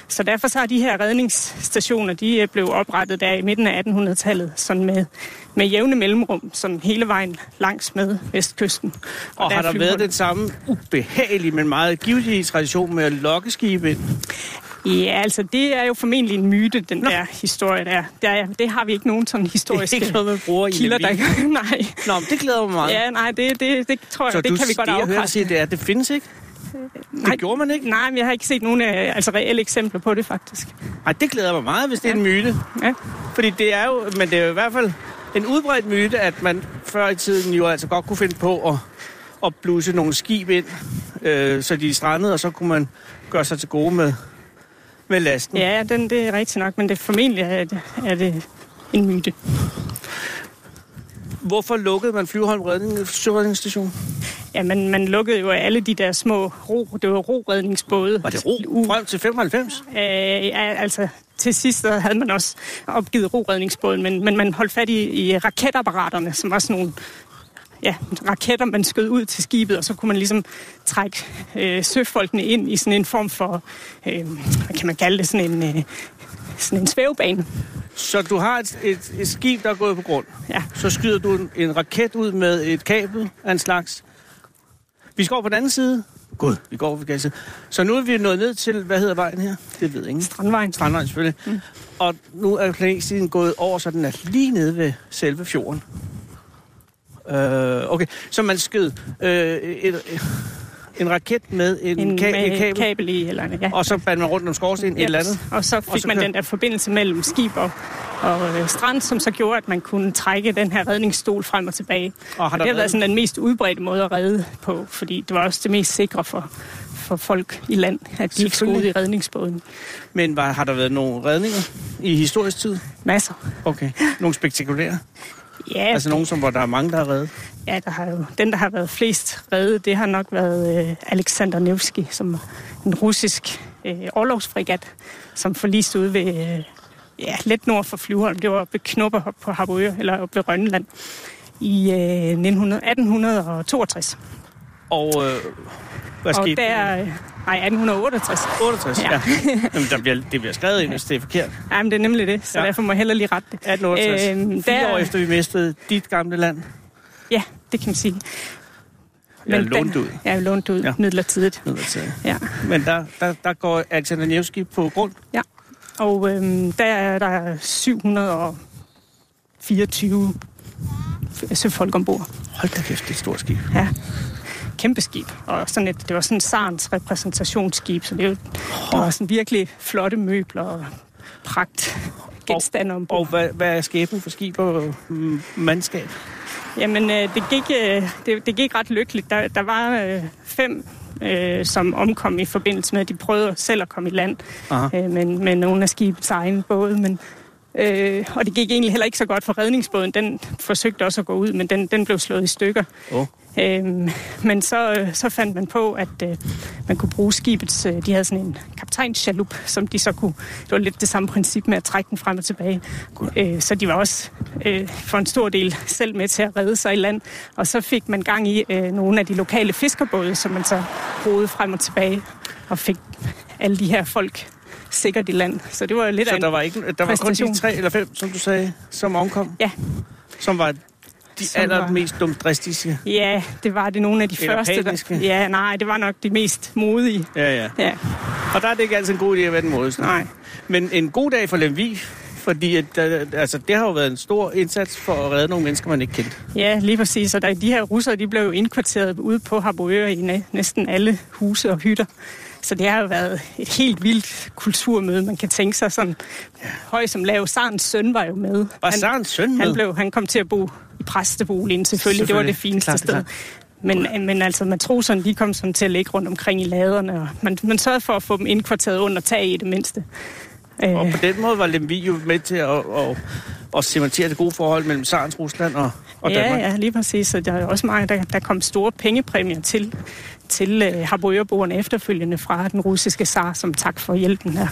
Speaker 4: Så derfor så er de her redningsstationer, de øh, blev oprettet der i midten af 1800-tallet, sådan med, med jævne mellemrum, sådan hele vejen langs med vestkysten.
Speaker 3: Og
Speaker 4: er
Speaker 3: har der været
Speaker 4: flyveren.
Speaker 3: den samme ubehagelige, men meget givetige tradition med at lokke skibe ind?
Speaker 4: Ja, altså det er jo formentlig en myte, den Nå. der historie der. Der, er- det har vi ikke nogen sådan historiske
Speaker 3: ikke noget, man bruger i
Speaker 4: kilder, der
Speaker 3: en avis.
Speaker 4: gør. *laughs* Nej.
Speaker 3: Nå, men det glæder mig meget.
Speaker 4: Ja, nej, det, det, det tror jeg,
Speaker 3: Så
Speaker 4: det
Speaker 3: du,
Speaker 4: kan vi godt
Speaker 3: det, jeg hører dig
Speaker 4: afkræfte.
Speaker 3: sige, det er, at det findes ikke? Nej.
Speaker 4: Nej.
Speaker 3: Det gjorde man ikke?
Speaker 4: Nej, men jeg har ikke set nogen øh, altså reelle eksempler på det, faktisk.
Speaker 3: Nej, det glæder mig meget, hvis det er en myte.
Speaker 4: Ja.
Speaker 3: Fordi det er jo, men det er jo i hvert fald en udbredt myte, at man før i tiden jo altså godt kunne finde på at, at bluse nogle skib ind, øh, så de strandede, og så kunne man gøre sig til gode med, med lasten.
Speaker 4: Ja, ja, den, det er rigtigt nok, men det formentlig er det, er det en myte.
Speaker 3: Hvorfor lukkede man Flyvholm Redning, Søredningsstation?
Speaker 4: Ja, man, man lukkede jo alle de der små ro, det var roredningsbåde.
Speaker 3: Var det ro frem til 95?
Speaker 4: Øh, ja, altså, til sidst så havde man også opgivet roredningsbåden, men, men man holdt fat i, i raketapparaterne, som var sådan nogle ja, raketter, man skød ud til skibet, og så kunne man ligesom trække øh, søfolkene ind i sådan en form for, øh, hvad kan man kalde det, sådan en, øh, sådan en svævebane.
Speaker 3: Så du har et, et, et skib, der er gået på grund.
Speaker 4: Ja.
Speaker 3: Så skyder du en, en raket ud med et kabel af en slags. Vi skal over på den anden side. Gud, vi går over på den anden side. Så nu er vi nået ned til, hvad hedder vejen her? Det ved ingen.
Speaker 4: Strandvejen.
Speaker 3: Strandvejen selvfølgelig. Mm. Og nu er planetstien gået over, så den er lige nede ved selve fjorden. Øh, okay, så man skød øh, et, en raket med en, en, ka-
Speaker 4: med
Speaker 3: et
Speaker 4: et
Speaker 3: kabel,
Speaker 4: kabel i, eller ja.
Speaker 3: og så bandt man rundt om skorstenen et eller andet.
Speaker 4: Og så fik
Speaker 3: Og så
Speaker 4: og så man
Speaker 3: kører-
Speaker 4: den der forbindelse mellem skib og, og øh, strand, som så gjorde, at man kunne trække den her redningsstol frem og tilbage.
Speaker 3: Og har der
Speaker 4: Og det har
Speaker 3: været-
Speaker 4: været sådan den mest udbredte måde at redde på, fordi det var også det mest sikre for, for folk i land, at de ikke skulle ud i
Speaker 3: Selvfølgelig.
Speaker 4: redningsbåden.
Speaker 3: Men var, har der været nogle redninger i historisk tid?
Speaker 4: Masser.
Speaker 3: Okay, nogle spektakulære.
Speaker 4: Ja,
Speaker 3: Altså nogen, som, hvor der er mange, der er reddet.
Speaker 4: ja der har jo, den, der har været flest reddet, det har nok været øh, Alexander Nevsky, som en russisk øh, overlovsfregat, som forliste ude ved, øh, ja, lidt nord for Flyvholm. Det var oppe ved Knopperhop på Harboøre, eller oppe ved Rønland i øh, 1900, 1862.
Speaker 3: Og øh, Hvad
Speaker 4: og
Speaker 3: skete
Speaker 4: der,
Speaker 3: der?
Speaker 4: øh, nej, 1868.
Speaker 3: 68, ja.
Speaker 4: Ja.
Speaker 3: ja. Jamen, der bliver, det bliver skrevet ind, hvis det er forkert.
Speaker 4: Jamen, det er nemlig det, så
Speaker 3: Ja.
Speaker 4: ja. derfor må jeg hellere lige rette det.
Speaker 3: 1868.
Speaker 4: Øhm,
Speaker 3: Øhm, Fire
Speaker 4: der-
Speaker 3: år efter, vi mistede dit gamle land.
Speaker 4: Ja, det kan man sige.
Speaker 3: Jeg
Speaker 4: den-
Speaker 3: lånte ud.
Speaker 4: Ja, jeg lånte ud
Speaker 3: Ja.
Speaker 4: ja. midlertidigt.
Speaker 3: Midlertidigt.
Speaker 4: Ja.
Speaker 3: Men der, der, der går Alexander Nevsky på grund.
Speaker 4: Og øhm, der er der 724 f- søfolk ombord.
Speaker 3: Hold da kæft, det er et stort skib.
Speaker 4: Ja. Kæmpe skib. Og sådan et, det var sådan et sarens repræsentationsskib, så det var, der var sådan virkelig flotte møbler og pragt genstande ombord.
Speaker 3: Og hvad, hvad er skæbnen for skib og mm, mandskab?
Speaker 4: Jamen, øh, det, gik, øh, det, det gik ret lykkeligt. Der, der var øh, fem, øh, som omkom i forbindelse med, at de prøvede selv at komme i land
Speaker 3: Aha.
Speaker 4: øh, med, med nogle af skibets egne både. Men, øh, og det gik egentlig heller ikke så godt for redningsbåden. Den forsøgte også at gå ud, men den, den blev slået i stykker.
Speaker 3: Oh.
Speaker 4: Øhm, men så, øh, så fandt man på, at øh, man kunne bruge skibets... Øh, de havde sådan en kaptajnschalup, som de så kunne... Det var lidt det samme princip med at trække den frem og tilbage. Øh, så de var også øh, for en stor del selv med til at redde sig i land. Og så fik man gang i øh, nogle af de lokale fiskerbåde, som man så roede frem og tilbage og fik alle de her folk sikkert i land. Så det var jo lidt
Speaker 3: Så
Speaker 4: af en...
Speaker 3: der var, ikke, der var kun de
Speaker 4: præstation.
Speaker 3: tre eller fem, som du sagde, som omkom?
Speaker 4: Ja.
Speaker 3: Som var de
Speaker 4: Som var-
Speaker 3: allermest dumdristiske?
Speaker 4: Ja, det var det nogle af de
Speaker 3: Eller
Speaker 4: første.
Speaker 3: paniske.
Speaker 4: Ja, nej, det var nok de mest modige.
Speaker 3: Ja, ja.
Speaker 4: Ja,
Speaker 3: Og der er det ikke altid en god idé at være den modigste.
Speaker 4: nej.
Speaker 3: Men en god dag for Lemvi, fordi at, der, altså, det har jo været en stor indsats for at redde nogle mennesker, man ikke kendte.
Speaker 4: Ja, lige præcis. Og der, de her russere, de blev jo indkvarteret ude på Harboøre i næ- næsten alle huse og hytter. Så det har jo været et helt vildt kulturmøde, man kan tænke sig sådan. Høj som lav, Sarens søn var jo med.
Speaker 3: Var Sarens søn med?
Speaker 4: Han, blev, han kom til at bo i præsteboligen selvfølgelig. selvfølgelig. Det var
Speaker 3: Selvfølgelig.
Speaker 4: det fineste
Speaker 3: Det er
Speaker 4: det
Speaker 3: klart,
Speaker 4: sted.
Speaker 3: det
Speaker 4: Men, men altså, matroserne, de kom sådan til at ligge rundt omkring i laderne, og man, man sørgede for at få dem indkvarteret under tag i det mindste. Øh,
Speaker 3: Og på den måde var Lemvi jo med til at, at, at cementere det gode forhold mellem Sarens Rusland og, og
Speaker 4: ja,
Speaker 3: Danmark.
Speaker 4: ja, lige præcis. Så der er jo også mange, der, der kom store pengepræmier til, til øh, Harboørboerne efterfølgende fra den russiske zar, som tak for hjælpen her.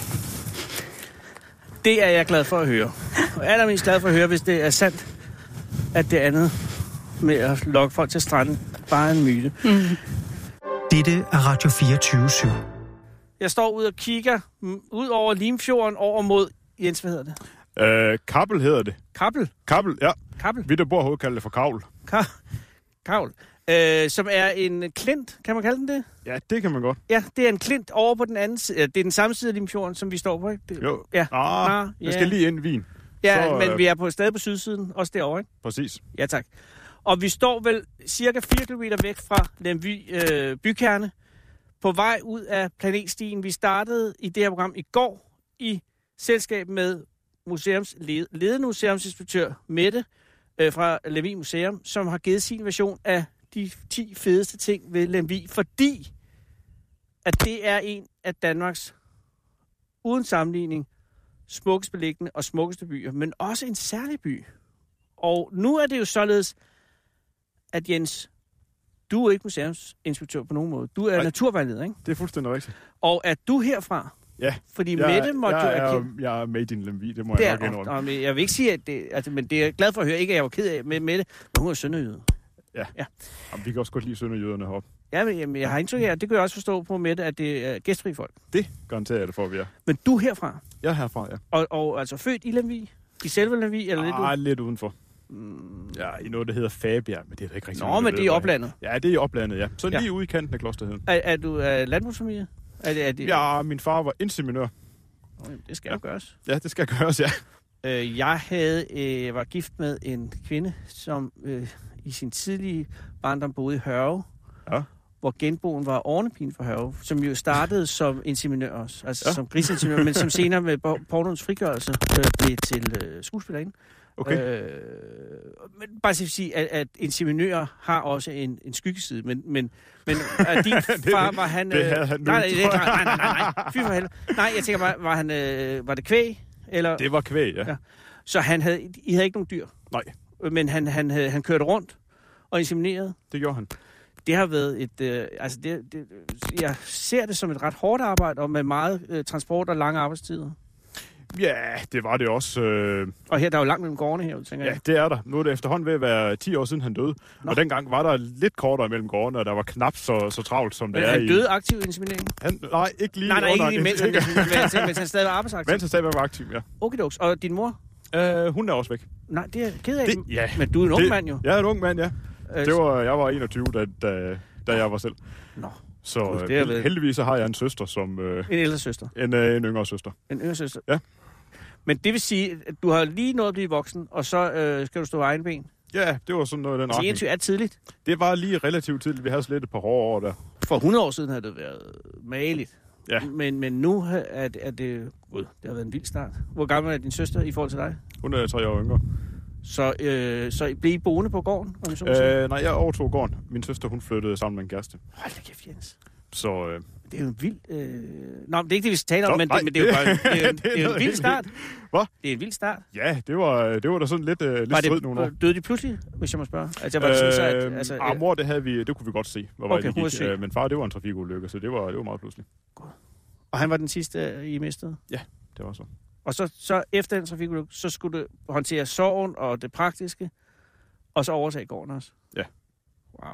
Speaker 3: Det er jeg glad for at høre. Og allermest glad for at høre, hvis det er sandt, at det andet med at lokke folk til stranden bare er en myte.
Speaker 4: Mm.
Speaker 1: Dette er Radio 24 /7.
Speaker 3: Jeg står ud og kigger mm, ud over Limfjorden over mod Jens, hvad hedder det?
Speaker 5: Øh, kappel hedder det.
Speaker 3: Kappel.
Speaker 5: Kappel, ja.
Speaker 3: Kappel.
Speaker 5: Vi der bor herude kalder det for kavl.
Speaker 3: Ka- Kavl. Øh, som er en klint, kan man kalde den det?
Speaker 5: Ja, det kan man godt.
Speaker 3: Ja, det er en klint over på den anden side. Ja, Det er den samme side af Limfjorden, som vi står på, ikke? Det,
Speaker 5: Jo.
Speaker 3: Ja,
Speaker 5: Ah,
Speaker 3: Ah,
Speaker 5: jeg
Speaker 3: ja.
Speaker 5: skal lige ind i Wien.
Speaker 3: ja
Speaker 5: så,
Speaker 3: men
Speaker 5: øh,
Speaker 3: vi er på, stadig på sydsiden, også derovre, ikke?
Speaker 5: Præcis.
Speaker 3: Ja, tak. Og vi står vel cirka 4 km væk fra Lemby øh, bykerne, på vej ud af planetstien. Vi startede i det her program i går i selskab med museums, led- ledende museumsinspektør Mette øh, fra Lemby Museum, som har givet sin version af de 10 fedeste ting ved Lemby, fordi at det er en af Danmarks uden sammenligning smukkest beliggende og smukkeste byer, men også en særlig by. Og nu er det jo således, at Jens, du er ikke museumsinspektør på nogen måde. Du er
Speaker 5: Nej.
Speaker 3: naturvejleder, ikke?
Speaker 5: Det er fuldstændig rigtigt.
Speaker 3: Og er du herfra?
Speaker 5: Ja.
Speaker 3: Fordi jeg, Mette måtte
Speaker 5: jeg,
Speaker 3: jo erkende...
Speaker 5: jeg, jeg, er made in Lemvi, det må
Speaker 3: Det
Speaker 5: jeg nok
Speaker 3: er, Ah.
Speaker 5: indrømme.
Speaker 3: og, og, jeg vil ikke sige, at det... Altså, men det er jeg glad for at høre. Ikke, at jeg var ked af med Mette, men hun er sønderjyde.
Speaker 5: Jamen, vi kan også godt lide sønderjyderne heroppe.
Speaker 3: Ja, men jamen, jeg har indtryk af, og det kan jeg også forstå på Mette, at det er gæstfri folk.
Speaker 5: Det garanterer jeg det for, at vi er.
Speaker 3: Men du er herfra,
Speaker 5: Jeg er herfra, ja.
Speaker 3: og, og altså født i Lemvig, i selve Lemvig, eller lidt
Speaker 5: Ah,
Speaker 3: ud?
Speaker 5: lidt udenfor. Mm. Ja, i noget, der hedder Fabia, men det er da ikke rigtigt.
Speaker 3: Nå, men det er i oplandet.
Speaker 5: Ja, det er i oplandet, ja. Så
Speaker 3: Ja.
Speaker 5: lige ude i kanten af klosterheden.
Speaker 3: Er, er du er landbrugsfamilie? Er det, er det,
Speaker 5: Ja, min far var inseminør.
Speaker 3: Nå, jamen, det skal jo gøres.
Speaker 5: Ja, det skal gøres, ja.
Speaker 3: Øh, jeg havde, øh, var gift med en kvinde, som øh, i sin tidlige barndom boede i Hørve.
Speaker 5: Ja.
Speaker 3: Hvor genboen var Ornepin fra Hørve, som jo
Speaker 5: *laughs*
Speaker 3: startede som inseminør også, altså ja.
Speaker 5: Ja.
Speaker 3: som grisinseminør, men som senere med por- pornoens frigørelse øh, blev til øh, skuespillerinde.
Speaker 5: Okay. Øh,
Speaker 3: Øh, men bare så at sige, at, at inseminører har også en, en skyggeside, men, men, men at din far, var han...
Speaker 5: *laughs*
Speaker 3: øh,
Speaker 5: det havde han nu,
Speaker 3: nej, nej, det,
Speaker 5: tror
Speaker 3: nej, nej, nej, nej, nej, fy for helvede. Nej, jeg tænker bare, var, han, øh, var det kvæg? Eller,
Speaker 5: det var kvæg, ja.
Speaker 3: Ja. så han havde, I havde ikke nogen dyr,
Speaker 5: Nej,
Speaker 3: øh, men han, han, havde, han kørte rundt og inseminerede.
Speaker 5: det gjorde han.
Speaker 3: Det har været et... Øh, altså det, det, jeg ser det som et ret hårdt arbejde, og med meget øh, transport og lange arbejdstider.
Speaker 5: Ja, det var det også. Øh,
Speaker 3: Og her der er jo langt mellem gårdene her, tænker
Speaker 5: ja,
Speaker 3: jeg.
Speaker 5: det er der. Nu er det efterhånden ved at være 10 år siden, han døde. Nå. Og dengang var der lidt kortere mellem gårdene, og der var knap så, så travlt, som det
Speaker 3: Men
Speaker 5: er
Speaker 3: han
Speaker 5: i...
Speaker 3: døde aktiv i insemineringen?
Speaker 5: Han, nej, ikke lige
Speaker 3: Nej, nej, ikke
Speaker 5: under
Speaker 3: lige mens,
Speaker 5: en-
Speaker 3: mens, mens, mens han stadig var arbejdsaktiv.
Speaker 5: Mens han stadigvæk var aktiv, ja.
Speaker 3: Okidoks. Og din mor?
Speaker 5: Øh, hun er også væk.
Speaker 3: Nej, det er jeg ked af.
Speaker 5: Det- ja,
Speaker 3: Men du er en ung
Speaker 5: det-
Speaker 3: mand jo.
Speaker 5: Jeg er en ung mand, ja.
Speaker 3: Øh,
Speaker 5: Det var, jeg var 21, da, da, da jeg var selv.
Speaker 3: Nå.
Speaker 5: Så
Speaker 3: Gud,
Speaker 5: øh,
Speaker 3: det er vel-
Speaker 5: hel- heldigvis så har jeg en søster, som øh,
Speaker 3: En ældre søster.
Speaker 5: en, øh, en yngre søster.
Speaker 3: En yngre søster.
Speaker 5: Ja.
Speaker 3: Men det vil sige, at du har lige nået at blive voksen, og så øh, skal du stå på egen ben.
Speaker 5: Ja, det var sådan noget i den
Speaker 3: Så
Speaker 5: retning.
Speaker 3: 21 er tidligt.
Speaker 5: Det var lige relativt tidligt. Vi havde slet et par hårde år der.
Speaker 3: For 100 år siden havde det været mageligt.
Speaker 5: Ja.
Speaker 3: Men, men nu er det, er det... Gud, det har været en vild start. Hvor gammel er din søster i forhold til dig?
Speaker 5: Hun er tre år yngre.
Speaker 3: Så, øh, så blev I boende på gården? Om jeg så må sige?
Speaker 5: Øh, nej, jeg overtog gården. Min søster, hun flyttede sammen med en kæreste.
Speaker 3: Hold da kæft, Jens.
Speaker 5: Så øh,
Speaker 3: Det er jo en vild... Øh... Nå, men det er ikke det, vi skal tale om,
Speaker 5: Nå,
Speaker 3: men,
Speaker 5: nej,
Speaker 3: det, men det er jo
Speaker 5: det-
Speaker 3: bare,
Speaker 5: *laughs*
Speaker 3: det er, jo-
Speaker 5: det er
Speaker 3: det er jo
Speaker 5: noget
Speaker 3: en vild
Speaker 5: helt
Speaker 3: start.
Speaker 5: Hvad?
Speaker 3: Det er en vild start.
Speaker 5: ja, det var, det var da sådan lidt, øh, lidt
Speaker 3: Var
Speaker 5: strid nogle år.
Speaker 3: det, døde de pludselig, hvis jeg må spørge? Altså, jeg var øh, sådan, så, at, altså,
Speaker 5: ah, mor, det, havde vi, det kunne vi godt se, hvor
Speaker 3: Okay,
Speaker 5: okay,
Speaker 3: hun var
Speaker 5: det gik.
Speaker 3: syg.
Speaker 5: Øh, men far, det var en trafikulykke, så det var, det var meget pludselig.
Speaker 3: og han var den sidste, øh, I mistede?
Speaker 5: Det var så.
Speaker 3: Og så, så efter den trafikulykke, så skulle du håndtere sorgen og det praktiske, og så overtage gården også?
Speaker 5: Ja.
Speaker 3: Wow.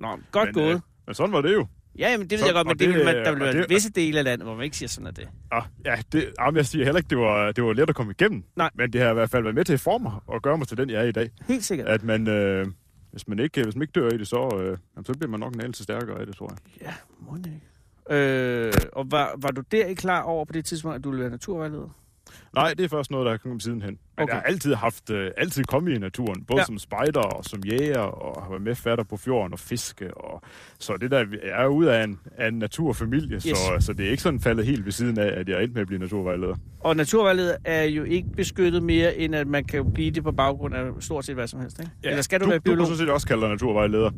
Speaker 3: Nå, men godt
Speaker 5: Men,
Speaker 3: gået.
Speaker 5: øh, Men sådan var det jo.
Speaker 3: ja, jamen, det ved
Speaker 5: så-
Speaker 3: jeg godt, men
Speaker 5: og
Speaker 3: det,
Speaker 5: det,
Speaker 3: vil man, der
Speaker 5: øh,
Speaker 3: vil
Speaker 5: og
Speaker 3: være
Speaker 5: det-
Speaker 3: visse dele af landet, hvor man ikke siger sådan, at det...
Speaker 5: Ah, ja, det, ah, men jeg siger heller ikke, det var, det var let at komme igennem.
Speaker 3: Nej.
Speaker 5: Men det har i hvert fald været med til at forme mig og gøre mig til den, jeg er i dag.
Speaker 3: Helt sikkert.
Speaker 5: At man, øh, hvis, man ikke, hvis man ikke dør i det, så, øh, jamen, så bliver man nok en anelse stærkere af det, tror jeg.
Speaker 3: Ja, må den ikke. Øh, og var, var du der ikke klar over på det tidspunkt, at du ville være naturvejleder?
Speaker 5: Nej, det er først noget, der er kommet siden hen. Men
Speaker 3: Okay.
Speaker 5: okay. jeg har altid haft, øh, altid kommet i naturen, både
Speaker 3: Ja.
Speaker 5: ja. som spejder og som jæger, og har været med fatter på fjorden og fiske. Og, så det der, jeg er ude af en, af en naturfamilie, yes. så, så det er ikke sådan faldet helt ved siden af, at jeg er endt med at blive naturvejleder.
Speaker 3: Og naturvejleder er jo ikke beskyttet mere, end at man kan jo blive det på baggrund af stort set hvad som helst, ikke? Eller skal du,
Speaker 5: du
Speaker 3: være
Speaker 5: Du kunne
Speaker 3: biolog?
Speaker 5: sådan set også kalde dig naturvejleder.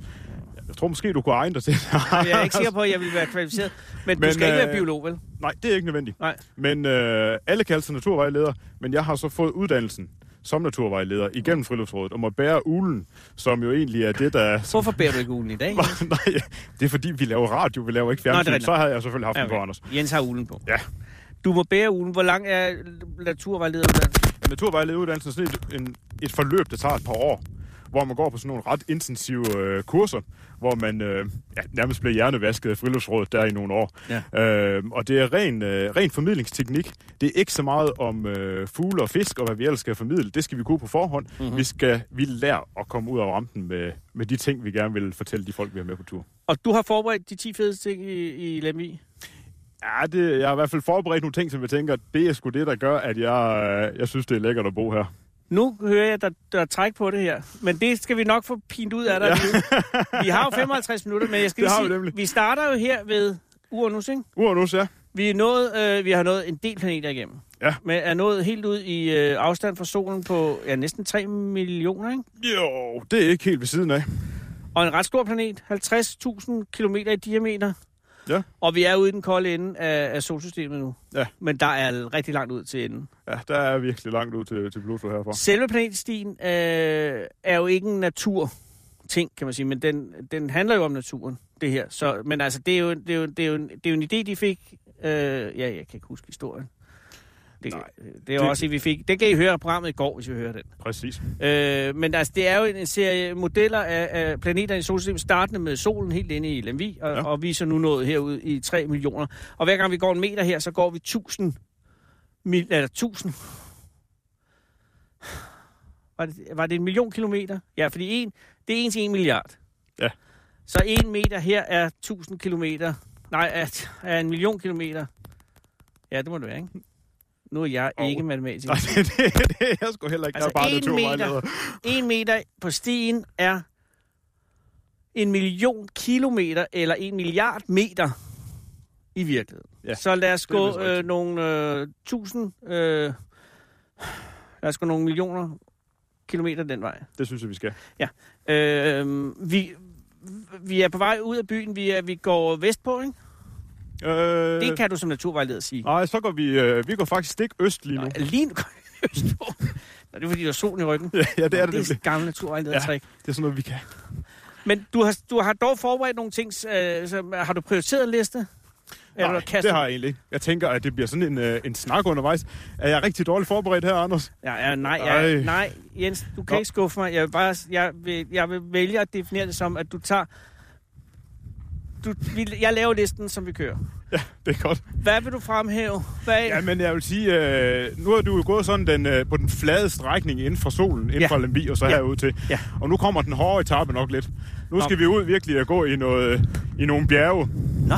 Speaker 5: Jeg tror måske, du kunne egne dig til det.
Speaker 3: Jeg er ikke sikker på, at jeg vil være kvalificeret. Men, men du
Speaker 5: Men,
Speaker 3: skal ikke være
Speaker 5: øh,
Speaker 3: biolog, vel?
Speaker 5: *laughs* Nej, det er ikke nødvendigt.
Speaker 3: Nej.
Speaker 5: Men øh, alle kalder sig naturvejleder, men jeg har så fået uddannelsen som naturvejleder igennem Friluftsrådet, og må bære ulen, som jo egentlig er det, der... Som,
Speaker 3: Hvorfor bærer du ikke ulen i dag?
Speaker 5: nej, *laughs* det er fordi, vi laver radio, vi laver
Speaker 3: Nå,
Speaker 5: ikke
Speaker 3: det er
Speaker 5: fjernsyn.
Speaker 3: rigtigt.
Speaker 5: så havde jeg selvfølgelig haft
Speaker 3: Ja,
Speaker 5: den på, Anders.
Speaker 3: Jens har ulen på.
Speaker 5: Ja.
Speaker 3: Du må bære ulen. Hvor lang er naturvejlederuddannelsen?
Speaker 5: Naturvejlederuddannelsen er sådan et, en, et forløb, der tager et par år, hvor man går på sådan nogle ret intensive øh, kurser, hvor man øh, ja, nærmest bliver hjernevasket af friluftsrådet der i nogle år.
Speaker 3: Ja.
Speaker 5: Øh, og det er ren, øh, ren formidlingsteknik. Det er ikke så meget om øh, fugle og fisk og hvad vi ellers skal formidle. Det skal vi kunne på forhånd.
Speaker 3: Mhm.
Speaker 5: Mm-hmm. Vi skal vi lære at komme ud af rampen med, med de ting, vi gerne vil fortælle de folk, vi har med på tur.
Speaker 3: Og du har forberedt de 10 fedeste ting i, i Lemvig?
Speaker 5: Ja, det, jeg har i hvert fald forberedt nogle ting, som jeg tænker, det er sgu det, der gør, at jeg, øh, jeg synes, det er lækkert at bo her.
Speaker 3: Nu hører jeg, der, der er træk på det her. Men det skal vi nok få pint ud af dig. Ja. vi har jo 55 minutter, men jeg skal
Speaker 5: Det
Speaker 3: lige
Speaker 5: har vi
Speaker 3: sige, vi,
Speaker 5: nemlig.
Speaker 3: vi starter jo her ved Uranus, ikke?
Speaker 5: Uranus, ja.
Speaker 3: Vi, er nået, øh, vi har nået en del planeter igennem.
Speaker 5: Ja.
Speaker 3: Men er nået helt ud i øh, afstand fra solen på ja, næsten 3 millioner, ikke?
Speaker 5: Jo, det er ikke helt ved siden af.
Speaker 3: Og en ret stor planet, 50.000 km i diameter.
Speaker 5: Ja.
Speaker 3: Og vi er ude i den kolde ende af, af solsystemet nu.
Speaker 5: Ja.
Speaker 3: Men der er rigtig langt ud til enden.
Speaker 5: Ja, der er virkelig langt ud til, til Pluto herfra.
Speaker 3: Selve planetstien øh, er jo ikke en naturting, kan man sige, men den, den handler jo om naturen, det her. Så, men altså, det er jo, det er jo, det er jo, en, det er jo en idé, de fik. Øh, ja, jeg kan ikke huske historien. Det, øh,
Speaker 5: Nej,
Speaker 3: det er jo
Speaker 5: det-
Speaker 3: også, en, vi fik. Den kan I høre af programmet i går, hvis I hører den.
Speaker 5: Præcis.
Speaker 3: Øh, men altså, det er jo en serie modeller af, af planeterne i solsystemet, startende med solen helt inde i Lemvi, og, ja.
Speaker 5: Ja.
Speaker 3: og vi er så nu nået herude i 3 millioner. Og hver gang vi går en meter her, så går vi 1000 mil, eller 1000. Var det, var det en million kilometer? Ja, fordi en, det er en til en milliard.
Speaker 5: Ja.
Speaker 3: Så en meter her er 1000 kilometer. Nej, er, er en million kilometer. Ja, det må det være, ikke? Nu er jeg
Speaker 5: Og-
Speaker 3: ikke matematiker.
Speaker 5: *laughs* Nej, det, det, det er jeg sgu heller ikke.
Speaker 3: Altså,
Speaker 5: Altså, jeg er bare
Speaker 3: en
Speaker 5: naturvejleder.
Speaker 3: En meter på stien er en million kilometer eller en milliard meter i virkeligheden. Ja,
Speaker 5: Ja,
Speaker 3: så lad os
Speaker 5: det er
Speaker 3: gå
Speaker 5: vist rigtigt.
Speaker 3: øh, nogle øh, tusind, øh, lad os gå nogle millioner kilometer den vej.
Speaker 5: Det synes jeg, vi skal.
Speaker 3: Øh, vi, vi er på vej ud af byen, vi, er, vi går vestpå, ikke?
Speaker 5: Øh,
Speaker 3: Det kan du som naturvejleder sige.
Speaker 5: Nej, så går vi, øh, vi går faktisk stik øst lige nu.
Speaker 3: Nå, Lige nu går vi østpå. Nå, det er fordi, der er solen i ryggen.
Speaker 5: Ja, *laughs* ja, det er det
Speaker 3: det er
Speaker 5: nemlig.
Speaker 3: et gammelt naturvejledertræk.
Speaker 5: Det er sådan noget, vi kan.
Speaker 3: Men du har, du har dog forberedt nogle ting. Øh, så har du prioriteret en liste? Eller
Speaker 5: Nej,
Speaker 3: kaster
Speaker 5: det har jeg egentlig ikke. Jeg tænker, at det bliver sådan en, øh, en snak undervejs. Er jeg rigtig dårligt forberedt her, Anders?
Speaker 3: Ja, ja, nej, ja,
Speaker 5: Ej.
Speaker 3: nej, Jens, du kan
Speaker 5: Nå.
Speaker 3: ikke skuffe mig. Jeg vil, bare, jeg, vil, jeg vil vælge at definere det som, at du tager... Du, vi, jeg laver listen, som vi kører.
Speaker 5: Ja, det er godt.
Speaker 3: Hvad vil du fremhæve? Hvad,
Speaker 5: Ja,
Speaker 3: ja,
Speaker 5: men jeg vil sige, øh, nu har du jo gået sådan den, øh, på den flade strækning inden fra solen, inden
Speaker 3: Ja.
Speaker 5: ja. fra Lemby og så
Speaker 3: Ja.
Speaker 5: ja. herud til.
Speaker 3: Ja.
Speaker 5: Og nu kommer den hårde etape nok lidt. Nu skal vi ud virkelig at gå i, noget, i nogle bjerge.
Speaker 3: Nå,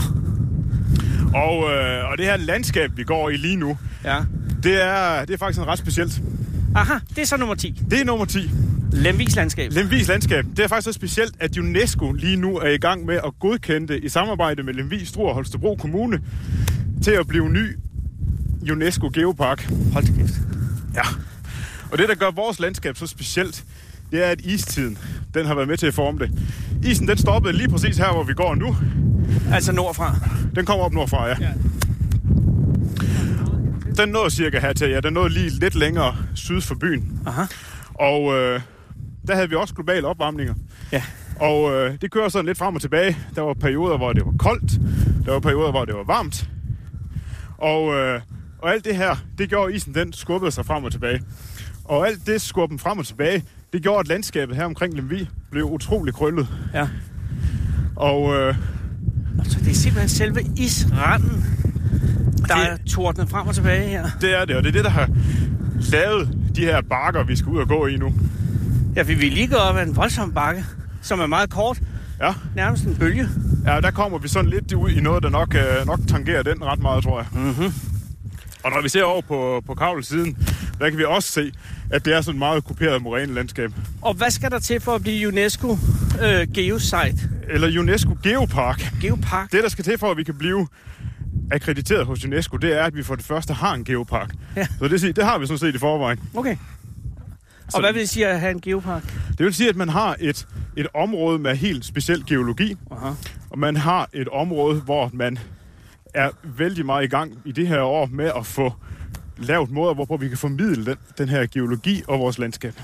Speaker 5: Og, øh, og det her landskab, vi går i lige nu,
Speaker 3: ja.
Speaker 5: det er, det er faktisk en ret specielt.
Speaker 3: Aha, det er så nummer 10.
Speaker 5: Det er nummer 10.
Speaker 3: Lemvis landskab.
Speaker 5: Lemvis landskab. Det er faktisk så specielt, at UNESCO lige nu er i gang med at godkende det i samarbejde med Lemvis, Struer og Holstebro Kommune til at blive ny UNESCO Geopark.
Speaker 3: Hold da kæft.
Speaker 5: Ja. Og det, der gør vores landskab så specielt, det er, at istiden, den har været med til at forme det. Isen, den stoppede lige præcis her, hvor vi går nu.
Speaker 3: Altså nordfra.
Speaker 5: Den kommer op nordfra, ja. Den nåede cirka hertil, ja. Den nåede lige lidt længere syd for byen.
Speaker 3: Aha.
Speaker 5: Og øh, der havde vi også globale opvarmninger.
Speaker 3: Ja.
Speaker 5: Og øh, det kører sådan lidt frem og tilbage. Der var perioder, hvor det var koldt. Der var perioder, hvor det var varmt. Og, øh, og alt det her, det gjorde at isen, den skubbede sig frem og tilbage. Og alt det skubben frem og tilbage, det gjorde, at landskabet her omkring Lemvi blev utrolig krøllet.
Speaker 3: Ja.
Speaker 5: Og øh,
Speaker 3: Så det er simpelthen selve isranden, der
Speaker 5: Det-
Speaker 3: er tordnet frem og tilbage her.
Speaker 5: det er det, og det er det, der har lavet de her bakker, vi skal ud og gå i nu.
Speaker 3: Ja, vi vil lige gå op ad en voldsom bakke, som er meget kort.
Speaker 5: Ja,
Speaker 3: Nærmest en bølge.
Speaker 5: ja der kommer vi sådan lidt ud i noget, der nok, øh, nok tangerer den ret meget, tror jeg. Mm-hmm. Og når vi ser over på, på kavlesiden, der kan vi også se, at det er sådan et meget kuperet morænelandskab.
Speaker 3: Og hvad skal der til for at blive UNESCO øh, Geosite?
Speaker 5: Eller UNESCO Geopark.
Speaker 3: Geopark?
Speaker 5: Det, der skal til for, at vi kan blive akkrediteret hos UNESCO, det er, at vi for det første har en geopark.
Speaker 3: Ja.
Speaker 5: Så det, vil sige, det har vi sådan set i forvejen.
Speaker 3: Okay. Og
Speaker 5: Sådan.
Speaker 3: hvad vil det sige at have en geopark?
Speaker 5: Det vil sige, at man har et, et område med helt speciel geologi,
Speaker 3: Aha.
Speaker 5: og man har et område, hvor man er vældig meget i gang i det her år med at få lavet måder, hvorpå vi kan formidle den, den her geologi og vores landskab.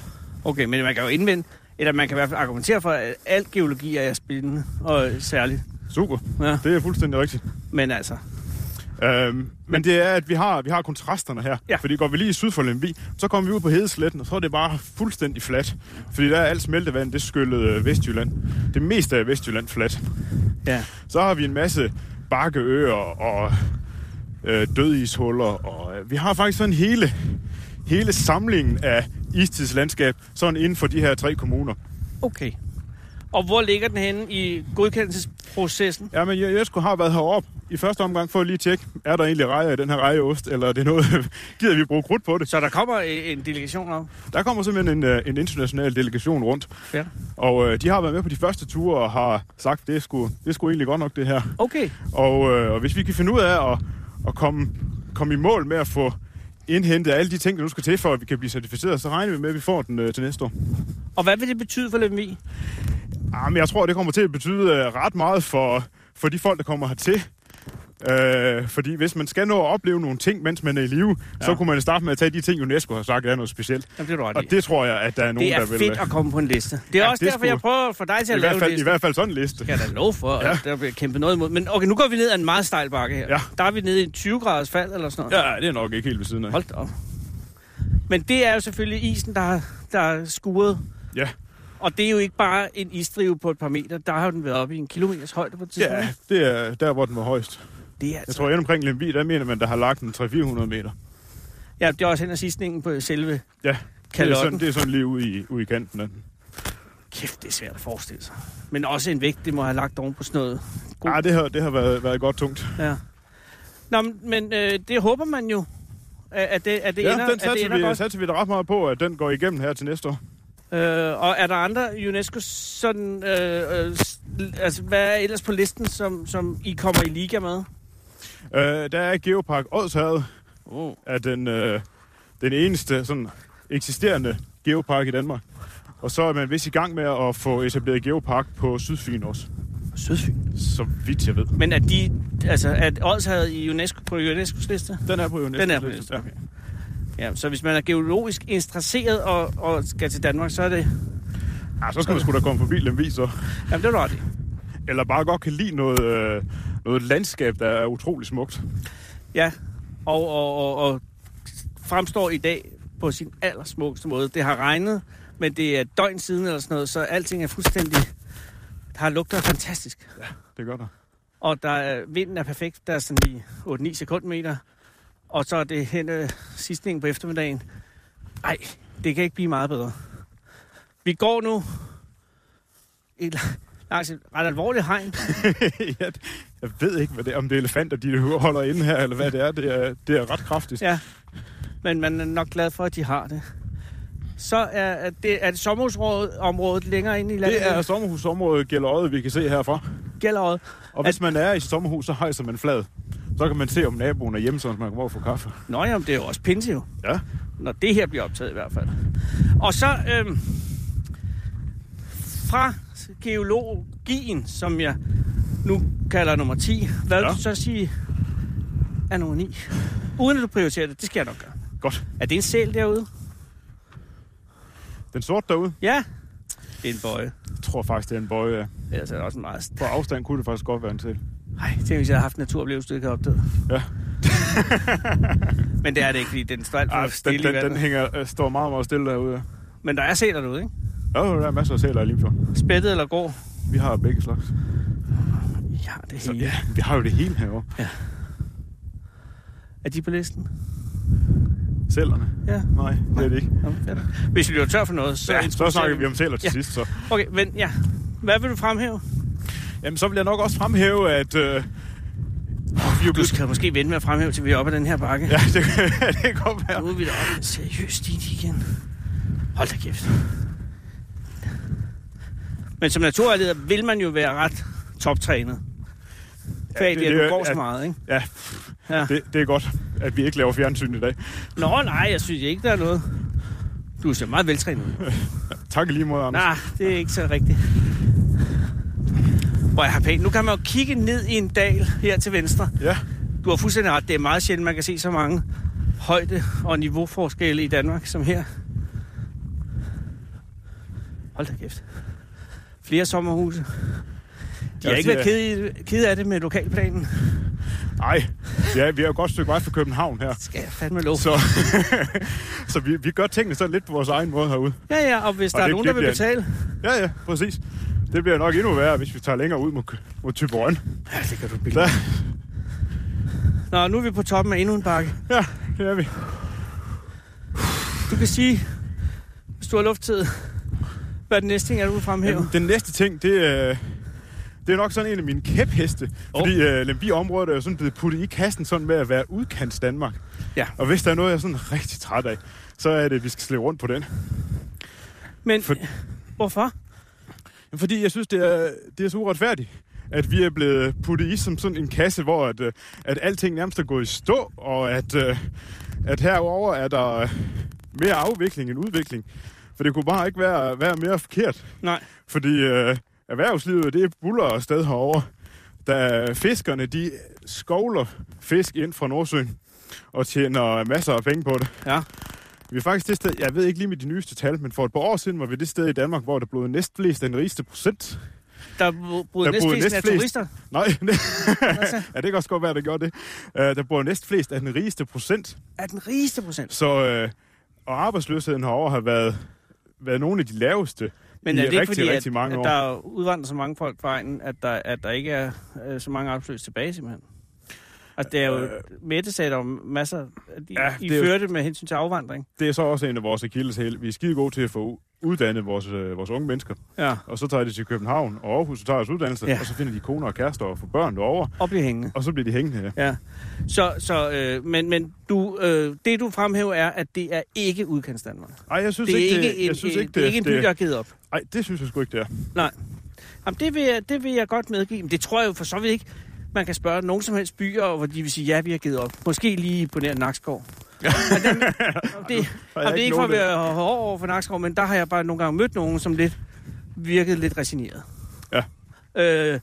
Speaker 3: Okay, men man kan jo indvende, eller man kan i hvert fald argumentere for, at alt geologi er spændende og øh, særligt.
Speaker 5: Super.
Speaker 3: Ja.
Speaker 5: Det er fuldstændig rigtigt.
Speaker 3: Men altså,
Speaker 5: Øhm, men det er, at vi har, vi har kontrasterne her.
Speaker 3: Ja.
Speaker 5: Ja. Fordi går vi lige syd for Lemvi, så kommer vi ud på Hedesletten, og så er det bare fuldstændig fladt. Fordi der er alt smeltevand, det skyllede Vestjylland. Det meste af Vestjylland fladt.
Speaker 3: ja.
Speaker 5: Så har vi en masse bakkeøer og øh, dødishuller. Og, øh, vi har faktisk sådan hele, hele samlingen af istidslandskab sådan inden for de her tre kommuner.
Speaker 3: Okay. Og hvor ligger den henne i godkendelsesprocessen?
Speaker 5: Ja, men jeg, jeg skulle have været heroppe i første omgang for at lige tjekke, er der egentlig rejer i den her rejeost, eller er det noget, *laughs* gider vi bruge krudt på det?
Speaker 3: Så der kommer øh, en delegation op.
Speaker 5: Der kommer simpelthen en, øh, en international delegation rundt,
Speaker 3: Ja.
Speaker 5: og øh, de har været med på de første ture og har sagt, det er sgu, det er sgu egentlig godt nok det her.
Speaker 3: Okay.
Speaker 5: Og, øh, og hvis vi kan finde ud af at, at komme, komme i mål med at få indhentet alle de ting, der nu skal til, for at vi kan blive certificeret, så regner vi med, at vi får den øh, til næste år.
Speaker 3: Og hvad vil det betyde for Lemvi?
Speaker 5: Ah, men jeg tror, det kommer til at betyde øh, ret meget for, for de folk, der kommer hertil. Øh, fordi hvis man skal nå at opleve nogle ting, mens man er i live, ja. så kunne man starte med at tage de ting, UNESCO har sagt, er noget specielt.
Speaker 3: Jamen, det er du ret
Speaker 5: Og
Speaker 3: i.
Speaker 5: det tror jeg, at der er nogen,
Speaker 3: det er
Speaker 5: der vil...
Speaker 3: fedt at komme på en liste. Det er ja,
Speaker 5: Ja,
Speaker 3: også
Speaker 5: det
Speaker 3: derfor, jeg
Speaker 5: skulle-
Speaker 3: prøver at få dig til at lave
Speaker 5: I hvert,
Speaker 3: en
Speaker 5: fald, I
Speaker 3: liste.
Speaker 5: hvert fald sådan en liste.
Speaker 3: Det kan jeg da love for, ja. der bliver kæmpet noget imod. Men okay, nu går vi ned ad en meget stejl bakke her.
Speaker 5: Ja.
Speaker 3: Der er vi nede i 20 graders fald eller sådan noget.
Speaker 5: Ja, det er nok ikke helt ved siden af.
Speaker 3: Hold da op. Men det er jo selvfølgelig isen, der har, der er skuret.
Speaker 5: Ja.
Speaker 3: Og det er jo ikke bare en isdrive på et par meter. Der har jo den været oppe i en kilometers højde på et tidspunkt.
Speaker 5: ja, det er der, hvor den var højst.
Speaker 3: Det er
Speaker 5: Jeg
Speaker 3: altså...
Speaker 5: tror, at omkring Lemby, der mener man, der har lagt en 300-400 meter.
Speaker 3: Ja, det er også hen ad sidstningen på selve
Speaker 5: Ja, det er,
Speaker 3: kalotten.
Speaker 5: sådan, det er sådan lige ude i, ude i kanten af den.
Speaker 3: Kæft, det er svært at forestille sig. Men også en vægt, det må have lagt oven på sådan noget. God.
Speaker 5: Ah, det har, det har været, været godt tungt.
Speaker 3: Ja. Nå, men- men øh, det håber man jo, at at det, at det
Speaker 5: ja,
Speaker 3: ender,
Speaker 5: den
Speaker 3: at det
Speaker 5: satser
Speaker 3: ender
Speaker 5: vi,
Speaker 3: godt.
Speaker 5: satser vi da ret meget på, at den går igennem her til næste år.
Speaker 3: Øh, og er der andre UNESCO sådan... Øh, øh, s- altså, hvad er ellers på listen, som, som I kommer i liga med?
Speaker 5: Øh, der er Geopark Odshavet,
Speaker 3: Oh.
Speaker 5: er den, øh, den eneste sådan, eksisterende geopark i Danmark. Og så er man vist i gang med at få etableret geopark på Sydfyn også,
Speaker 3: Sydfyn.
Speaker 5: så vidt jeg ved.
Speaker 3: Men at de, altså, at Odshavet i UNESCO på UNESCO's liste?
Speaker 5: Den er på UNESCO.
Speaker 3: Den er på listen, okay. Ja, så hvis man er geologisk interesseret og, og skal til Danmark, så er det...
Speaker 5: Ah, Ja, så skal man sgu da komme forbi Lemvi, så.
Speaker 3: Jamen, det er du ret i.
Speaker 5: Eller bare godt kan lide noget øh, noget landskab, der er utrolig smukt.
Speaker 3: Ja, og, og, og, og fremstår i dag på sin allersmukkeste måde. Det har regnet, men det er et døgn siden eller sådan noget, så alting er fuldstændig... Der lugter fantastisk.
Speaker 5: Det gør der. *laughs*
Speaker 3: Og der er, vinden er perfekt. Der er sådan lige 8-9 sekundmeter. Og så er det hen øh, sidstningen på eftermiddagen. Ej, det kan ikke blive meget bedre. Vi går nu et, langs et ret alvorligt hegn.
Speaker 5: jeg, jeg ved ikke, hvad det er, om det er elefanter, de holder inde her, eller hvad det er. Det er, det er ret kraftigt.
Speaker 3: Ja. Men man er nok glad for, at de har det. Så er er det, er det sommerhusområdet området længere inde i landet.
Speaker 5: Det er sommerhusområdet Gjellerøde, vi kan se herfra.
Speaker 3: Gjellerød.
Speaker 5: Og hvis man er i sit sommerhus, så hejser man flad. Så kan man se, om naboen er hjemme, så man kommer over og får kaffe.
Speaker 3: Nå jamen, det er jo også pinse jo.
Speaker 5: Ja.
Speaker 3: Når det her bliver optaget i hvert fald. Og så øhm, fra geologien, som jeg nu kalder nummer 10. Hvad ja.
Speaker 5: Ja.
Speaker 3: vil du så sige er nummer 9? Uden at du prioriterer det, det skal jeg nok gøre.
Speaker 5: Godt.
Speaker 3: Er det en sæl derude?
Speaker 5: Den sorte derude,
Speaker 3: Ja. Det er en bøje.
Speaker 5: jeg tror faktisk, det er en bøje. ja.
Speaker 3: Ellers er det også en meget...
Speaker 5: På afstand kunne det faktisk godt være en til.
Speaker 3: Nej, tænk hvis jeg havde haft en naturoplevelse, du ikke havde opdaget.
Speaker 5: Ja.
Speaker 3: *laughs* Men det er det ikke, fordi den står alt for
Speaker 5: Ej, den,
Speaker 3: stille Ah, i
Speaker 5: den, den
Speaker 3: vandet.
Speaker 5: hænger, øh, står meget, meget stille derude. ja.
Speaker 3: Men der er sæler derude, ikke?
Speaker 5: Ja, der er masser af sæler i Limfjorden.
Speaker 3: Spættet eller grå?
Speaker 5: Vi har begge slags.
Speaker 3: Ja, det
Speaker 5: Så,
Speaker 3: hele.
Speaker 5: ja, vi har jo det hele herovre.
Speaker 3: Er de på listen?
Speaker 5: Sælerne.
Speaker 3: Ja.
Speaker 5: Nej, det er det ikke.
Speaker 3: Nå, fedt. Hvis vi bliver tør for noget, så...
Speaker 5: Ja, så snakker vi om sæler til
Speaker 3: Ja.
Speaker 5: ja. sidst, så.
Speaker 3: Okay, men ja. Hvad vil du fremhæve?
Speaker 5: Jamen, så vil jeg nok også fremhæve, at... Øh, vi er jo
Speaker 3: Du
Speaker 5: blevet...
Speaker 3: skal måske vente med at fremhæve, til vi er oppe ad den her bakke.
Speaker 5: *laughs* Ja, det, *laughs* det kan godt være.
Speaker 3: Nu er vi deroppe. Seriøst, din igen. Hold da kæft. Men som naturleder vil man jo være ret toptrænet. Kvæg ja,
Speaker 5: det-
Speaker 3: det, det,
Speaker 5: det
Speaker 3: du
Speaker 5: er-
Speaker 3: går så
Speaker 5: ja.
Speaker 3: meget, ikke?
Speaker 5: Ja,
Speaker 3: Ja.
Speaker 5: det, det er godt, at vi ikke laver fjernsyn i dag.
Speaker 3: Nå, nej, jeg synes ikke, der er noget. Du ser meget veltrænet ud.
Speaker 5: Tak i lige måde, Anders.
Speaker 3: Nej, det er ikke så rigtigt. Hvor jeg har pænt. Nu kan man jo kigge ned i en dal her til venstre.
Speaker 5: Ja,
Speaker 3: Du har fuldstændig ret. Det er meget sjældent, man kan se så mange højde- og niveauforskelle i Danmark som her. Hold da kæft. Flere sommerhuse. De har
Speaker 5: Jeg
Speaker 3: ikke været
Speaker 5: siger-
Speaker 3: kede, i- kede af det med lokalplanen.
Speaker 5: nej. Ja, vi er jo et godt stykke vej fra København her.
Speaker 3: Det skal jeg fandme lov.
Speaker 5: Så, *laughs* så vi, vi gør tingene sådan lidt på vores egen måde herude.
Speaker 3: Ja, ja, og hvis
Speaker 5: Og
Speaker 3: der er
Speaker 5: det-
Speaker 3: nogen, der
Speaker 5: det
Speaker 3: vil
Speaker 5: bliver
Speaker 3: betale...
Speaker 5: Ja, ja, præcis. Det bliver nok endnu værre, hvis vi tager længere ud mod, Kø- mod Typerøn.
Speaker 3: Ja, det kan du bilde.
Speaker 5: Der,
Speaker 3: Nå, nu er vi på toppen af endnu en bakke.
Speaker 5: ja, det er vi.
Speaker 3: Du kan sige, hvis du har lufttid, hvad er den næste ting er, du vil fremhæve?
Speaker 5: Jamen, den næste ting, det, øh, det er nok sådan en af mine kæpheste. Oh. Fordi øh, Lemby-området er jo sådan blevet puttet i kassen sådan med at være udkants Danmark.
Speaker 3: Ja.
Speaker 5: Og hvis der er noget, jeg er sådan rigtig træt af, så er det, at vi skal slæve rundt på den.
Speaker 3: Men
Speaker 5: for-
Speaker 3: hvorfor?
Speaker 5: Jamen, Fordi jeg synes, det er, det er så uretfærdigt, at vi er blevet puttet i som sådan en kasse, hvor at, øh, at alting nærmest er gået i stå, og at, øh, at herover er der øh, mere afvikling end udvikling. For det kunne bare ikke være, være mere forkert,
Speaker 3: Nej.
Speaker 5: fordi øh, erhvervslivet det buller afsted herover. Da fiskerne de skovler fisk ind fra Nordsøen og tjener masser af penge på det.
Speaker 3: Ja.
Speaker 5: Vi er faktisk det sted, jeg ved ikke lige med de nyeste tal, men for et par år siden var vi det sted i Danmark, hvor der blev næstflest af den rigeste procent.
Speaker 3: Der bo- boede
Speaker 5: Der boede
Speaker 3: næstflest af
Speaker 5: næstflest.
Speaker 3: turister.
Speaker 5: Nej, *laughs* ja, det kan også godt være, der gjorde det. Uh, der bor næstflest af den rigeste procent,
Speaker 3: Er den rigeste procent.
Speaker 5: så, uh, og arbejdsløsheden herovre har været, været nogle af de laveste
Speaker 3: Men
Speaker 5: i
Speaker 3: er det ikke
Speaker 5: rigtig,
Speaker 3: fordi,
Speaker 5: rigtig
Speaker 3: at,
Speaker 5: mange
Speaker 3: at
Speaker 5: år.
Speaker 3: der er udvandret så mange folk fra egnen, at der, at der ikke er øh, så mange arbejdsløse tilbage, simpelthen? Altså, det er jo... Øh, Mette sagde der jo masser... At I, ja,
Speaker 5: Ja,
Speaker 3: I
Speaker 5: det er jo-
Speaker 3: førte med hensyn til afvandring.
Speaker 5: Det er så også en af vores akilleshæl. Vi er skide gode til at få u- uddannet vores, øh, vores unge mennesker.
Speaker 3: Ja.
Speaker 5: Og så tager de til København og Aarhus og tager deres uddannelse,
Speaker 3: Ja.
Speaker 5: ja. og så finder de koner og kærester og får børn derovre,
Speaker 3: Og blive hængende.
Speaker 5: og så bliver de hængende her.
Speaker 3: Ja. Så, så øh, men, men du, øh, det, du fremhæver, er, at det er ikke udkants Danmark.
Speaker 5: Ej, jeg synes
Speaker 3: Det er
Speaker 5: ikke,
Speaker 3: ikke en,
Speaker 5: jeg synes
Speaker 3: øh,
Speaker 5: ikke,
Speaker 3: det er ikke en by, der er givet op.
Speaker 5: Ej, det synes jeg sgu ikke, det er.
Speaker 3: Nej. Jamen, det, vil jeg, det vil jeg godt medgive. Men det tror jeg jo for så vidt ikke. Man kan spørge nogen som helst byer, hvor de vil sige, ja, vi har givet op. Måske lige på nær Nakskov.
Speaker 5: *laughs*
Speaker 3: Ja. det, jamen, det er
Speaker 5: ikke
Speaker 3: ikke for at
Speaker 5: nogen,
Speaker 3: være hård over for Nakskov, men der har jeg bare nogle gange mødt nogen, som lidt virkede lidt resigneret.
Speaker 5: Ja.
Speaker 3: Øh,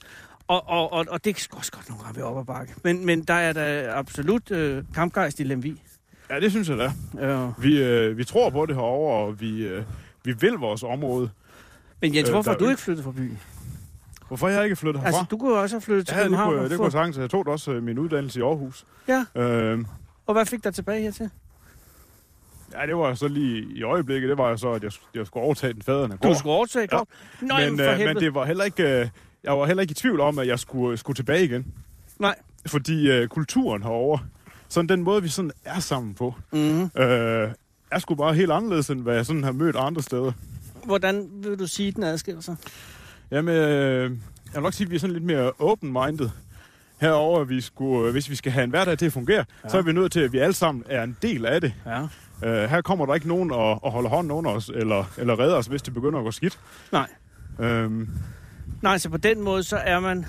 Speaker 3: og, og, og, og det kan sgu også godt nogle gange være op ad bakke. Men, men der er der absolut øh, kampgejst i Lemvi.
Speaker 5: Ja, det synes jeg, det er.
Speaker 3: Øh,
Speaker 5: Vi, øh, vi tror på det herovre, og vi, øh, vi vil vores område.
Speaker 3: men Jens,
Speaker 5: Øh,
Speaker 3: hvorfor
Speaker 5: der
Speaker 3: har
Speaker 5: er
Speaker 3: du
Speaker 5: jo-
Speaker 3: ikke flyttet fra byen?
Speaker 5: Hvorfor jeg ikke flyttet herfra?
Speaker 3: Altså, du kunne jo også have flyttet til
Speaker 5: ja, det
Speaker 3: København.
Speaker 5: kunne,
Speaker 3: og
Speaker 5: det
Speaker 3: få-
Speaker 5: kunne jeg sagtens. Jeg tog da også øh, min uddannelse i Aarhus.
Speaker 3: Ja,
Speaker 5: Øh,
Speaker 3: og hvad fik dig tilbage hertil?
Speaker 5: ja, det var så lige i øjeblikket, det var jo så, at jeg, jeg skulle overtage den faderne
Speaker 3: Du skulle overtage
Speaker 5: Ja.
Speaker 3: ja. Nå, men,
Speaker 5: men,
Speaker 3: for
Speaker 5: øh, men
Speaker 3: helvede.
Speaker 5: det var heller ikke, øh, jeg var heller ikke i tvivl om, at jeg skulle, skulle tilbage igen.
Speaker 3: Nej.
Speaker 5: Fordi øh, kulturen herovre, sådan den måde, vi sådan er sammen på,
Speaker 3: Mm-hmm.
Speaker 5: øh, er sgu bare helt anderledes, end hvad jeg sådan har mødt andre steder.
Speaker 3: Hvordan vil du sige, den adskiller sig?
Speaker 5: Jamen, øh, jeg vil nok sige, at vi er sådan lidt mere open-minded herover, vi skulle, øh, hvis vi skal have en hverdag til at fungere, ja. så er vi nødt til, at vi alle sammen er en del af det.
Speaker 3: Ja.
Speaker 5: Øh, her kommer der ikke nogen og, og holder hånden under os, eller, eller redder os, hvis det begynder at gå skidt.
Speaker 3: Nej.
Speaker 5: Øhm,
Speaker 3: Nej, så på den måde, så er man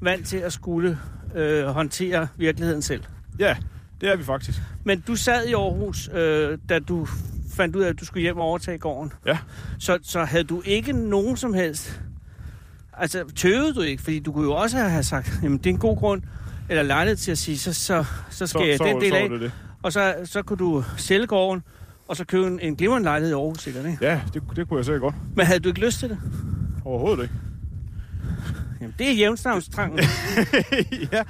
Speaker 3: vant til at skulle øh, håndtere virkeligheden selv.
Speaker 5: ja, det er vi faktisk.
Speaker 3: Men du sad i Aarhus, øh, da du fandt ud af, at du skulle hjem og overtage gården.
Speaker 5: Ja.
Speaker 3: Så, så havde du ikke nogen som helst... Altså, tøvede du ikke? Fordi du kunne jo også have sagt, jamen det er en god grund, eller lejlighed til at sige, så, så, så skal jeg den del
Speaker 5: så,
Speaker 3: af,
Speaker 5: det det.
Speaker 3: og så, så kunne du sælge gården, og så købe en, en glimrende lejlighed i Aarhus, sikkert, ikke?
Speaker 5: Ja, det, det kunne jeg sikkert godt.
Speaker 3: Men havde du ikke lyst til det?
Speaker 5: Overhovedet ikke.
Speaker 3: Jamen, det er
Speaker 5: *laughs*
Speaker 3: jævnstavnstrangen.
Speaker 5: ja,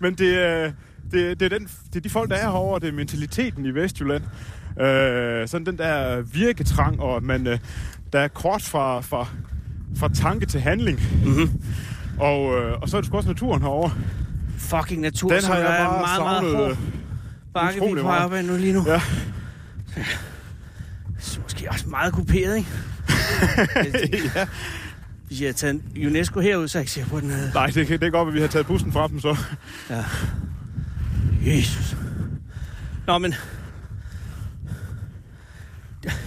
Speaker 5: men det, er- det, det, er den, det er de folk, der er herovre, det er mentaliteten i Vestjylland. Øh, sådan den der virketrang, og at man, øh, der er kort fra, fra, fra tanke til handling. Mm-hmm.
Speaker 3: Mhm.
Speaker 5: Og, øh, og så er det sgu også naturen herovre.
Speaker 3: Fucking natur,
Speaker 5: Den
Speaker 3: som
Speaker 5: har jeg
Speaker 3: er
Speaker 5: bare
Speaker 3: meget, meget
Speaker 5: savnet. øh,
Speaker 3: hård bakke, vi
Speaker 5: utrolig
Speaker 3: på
Speaker 5: meget.
Speaker 3: arbejde nu lige nu.
Speaker 5: Ja.
Speaker 3: Så Måske også meget kuperet, ikke?
Speaker 5: *laughs* ja.
Speaker 3: Hvis jeg havde taget en UNESCO herud, så er jeg ikke sikker på, at den havde...
Speaker 5: Nej, det, kan- det er godt, at vi har taget bussen fra dem så.
Speaker 3: Jesus. Nå, men...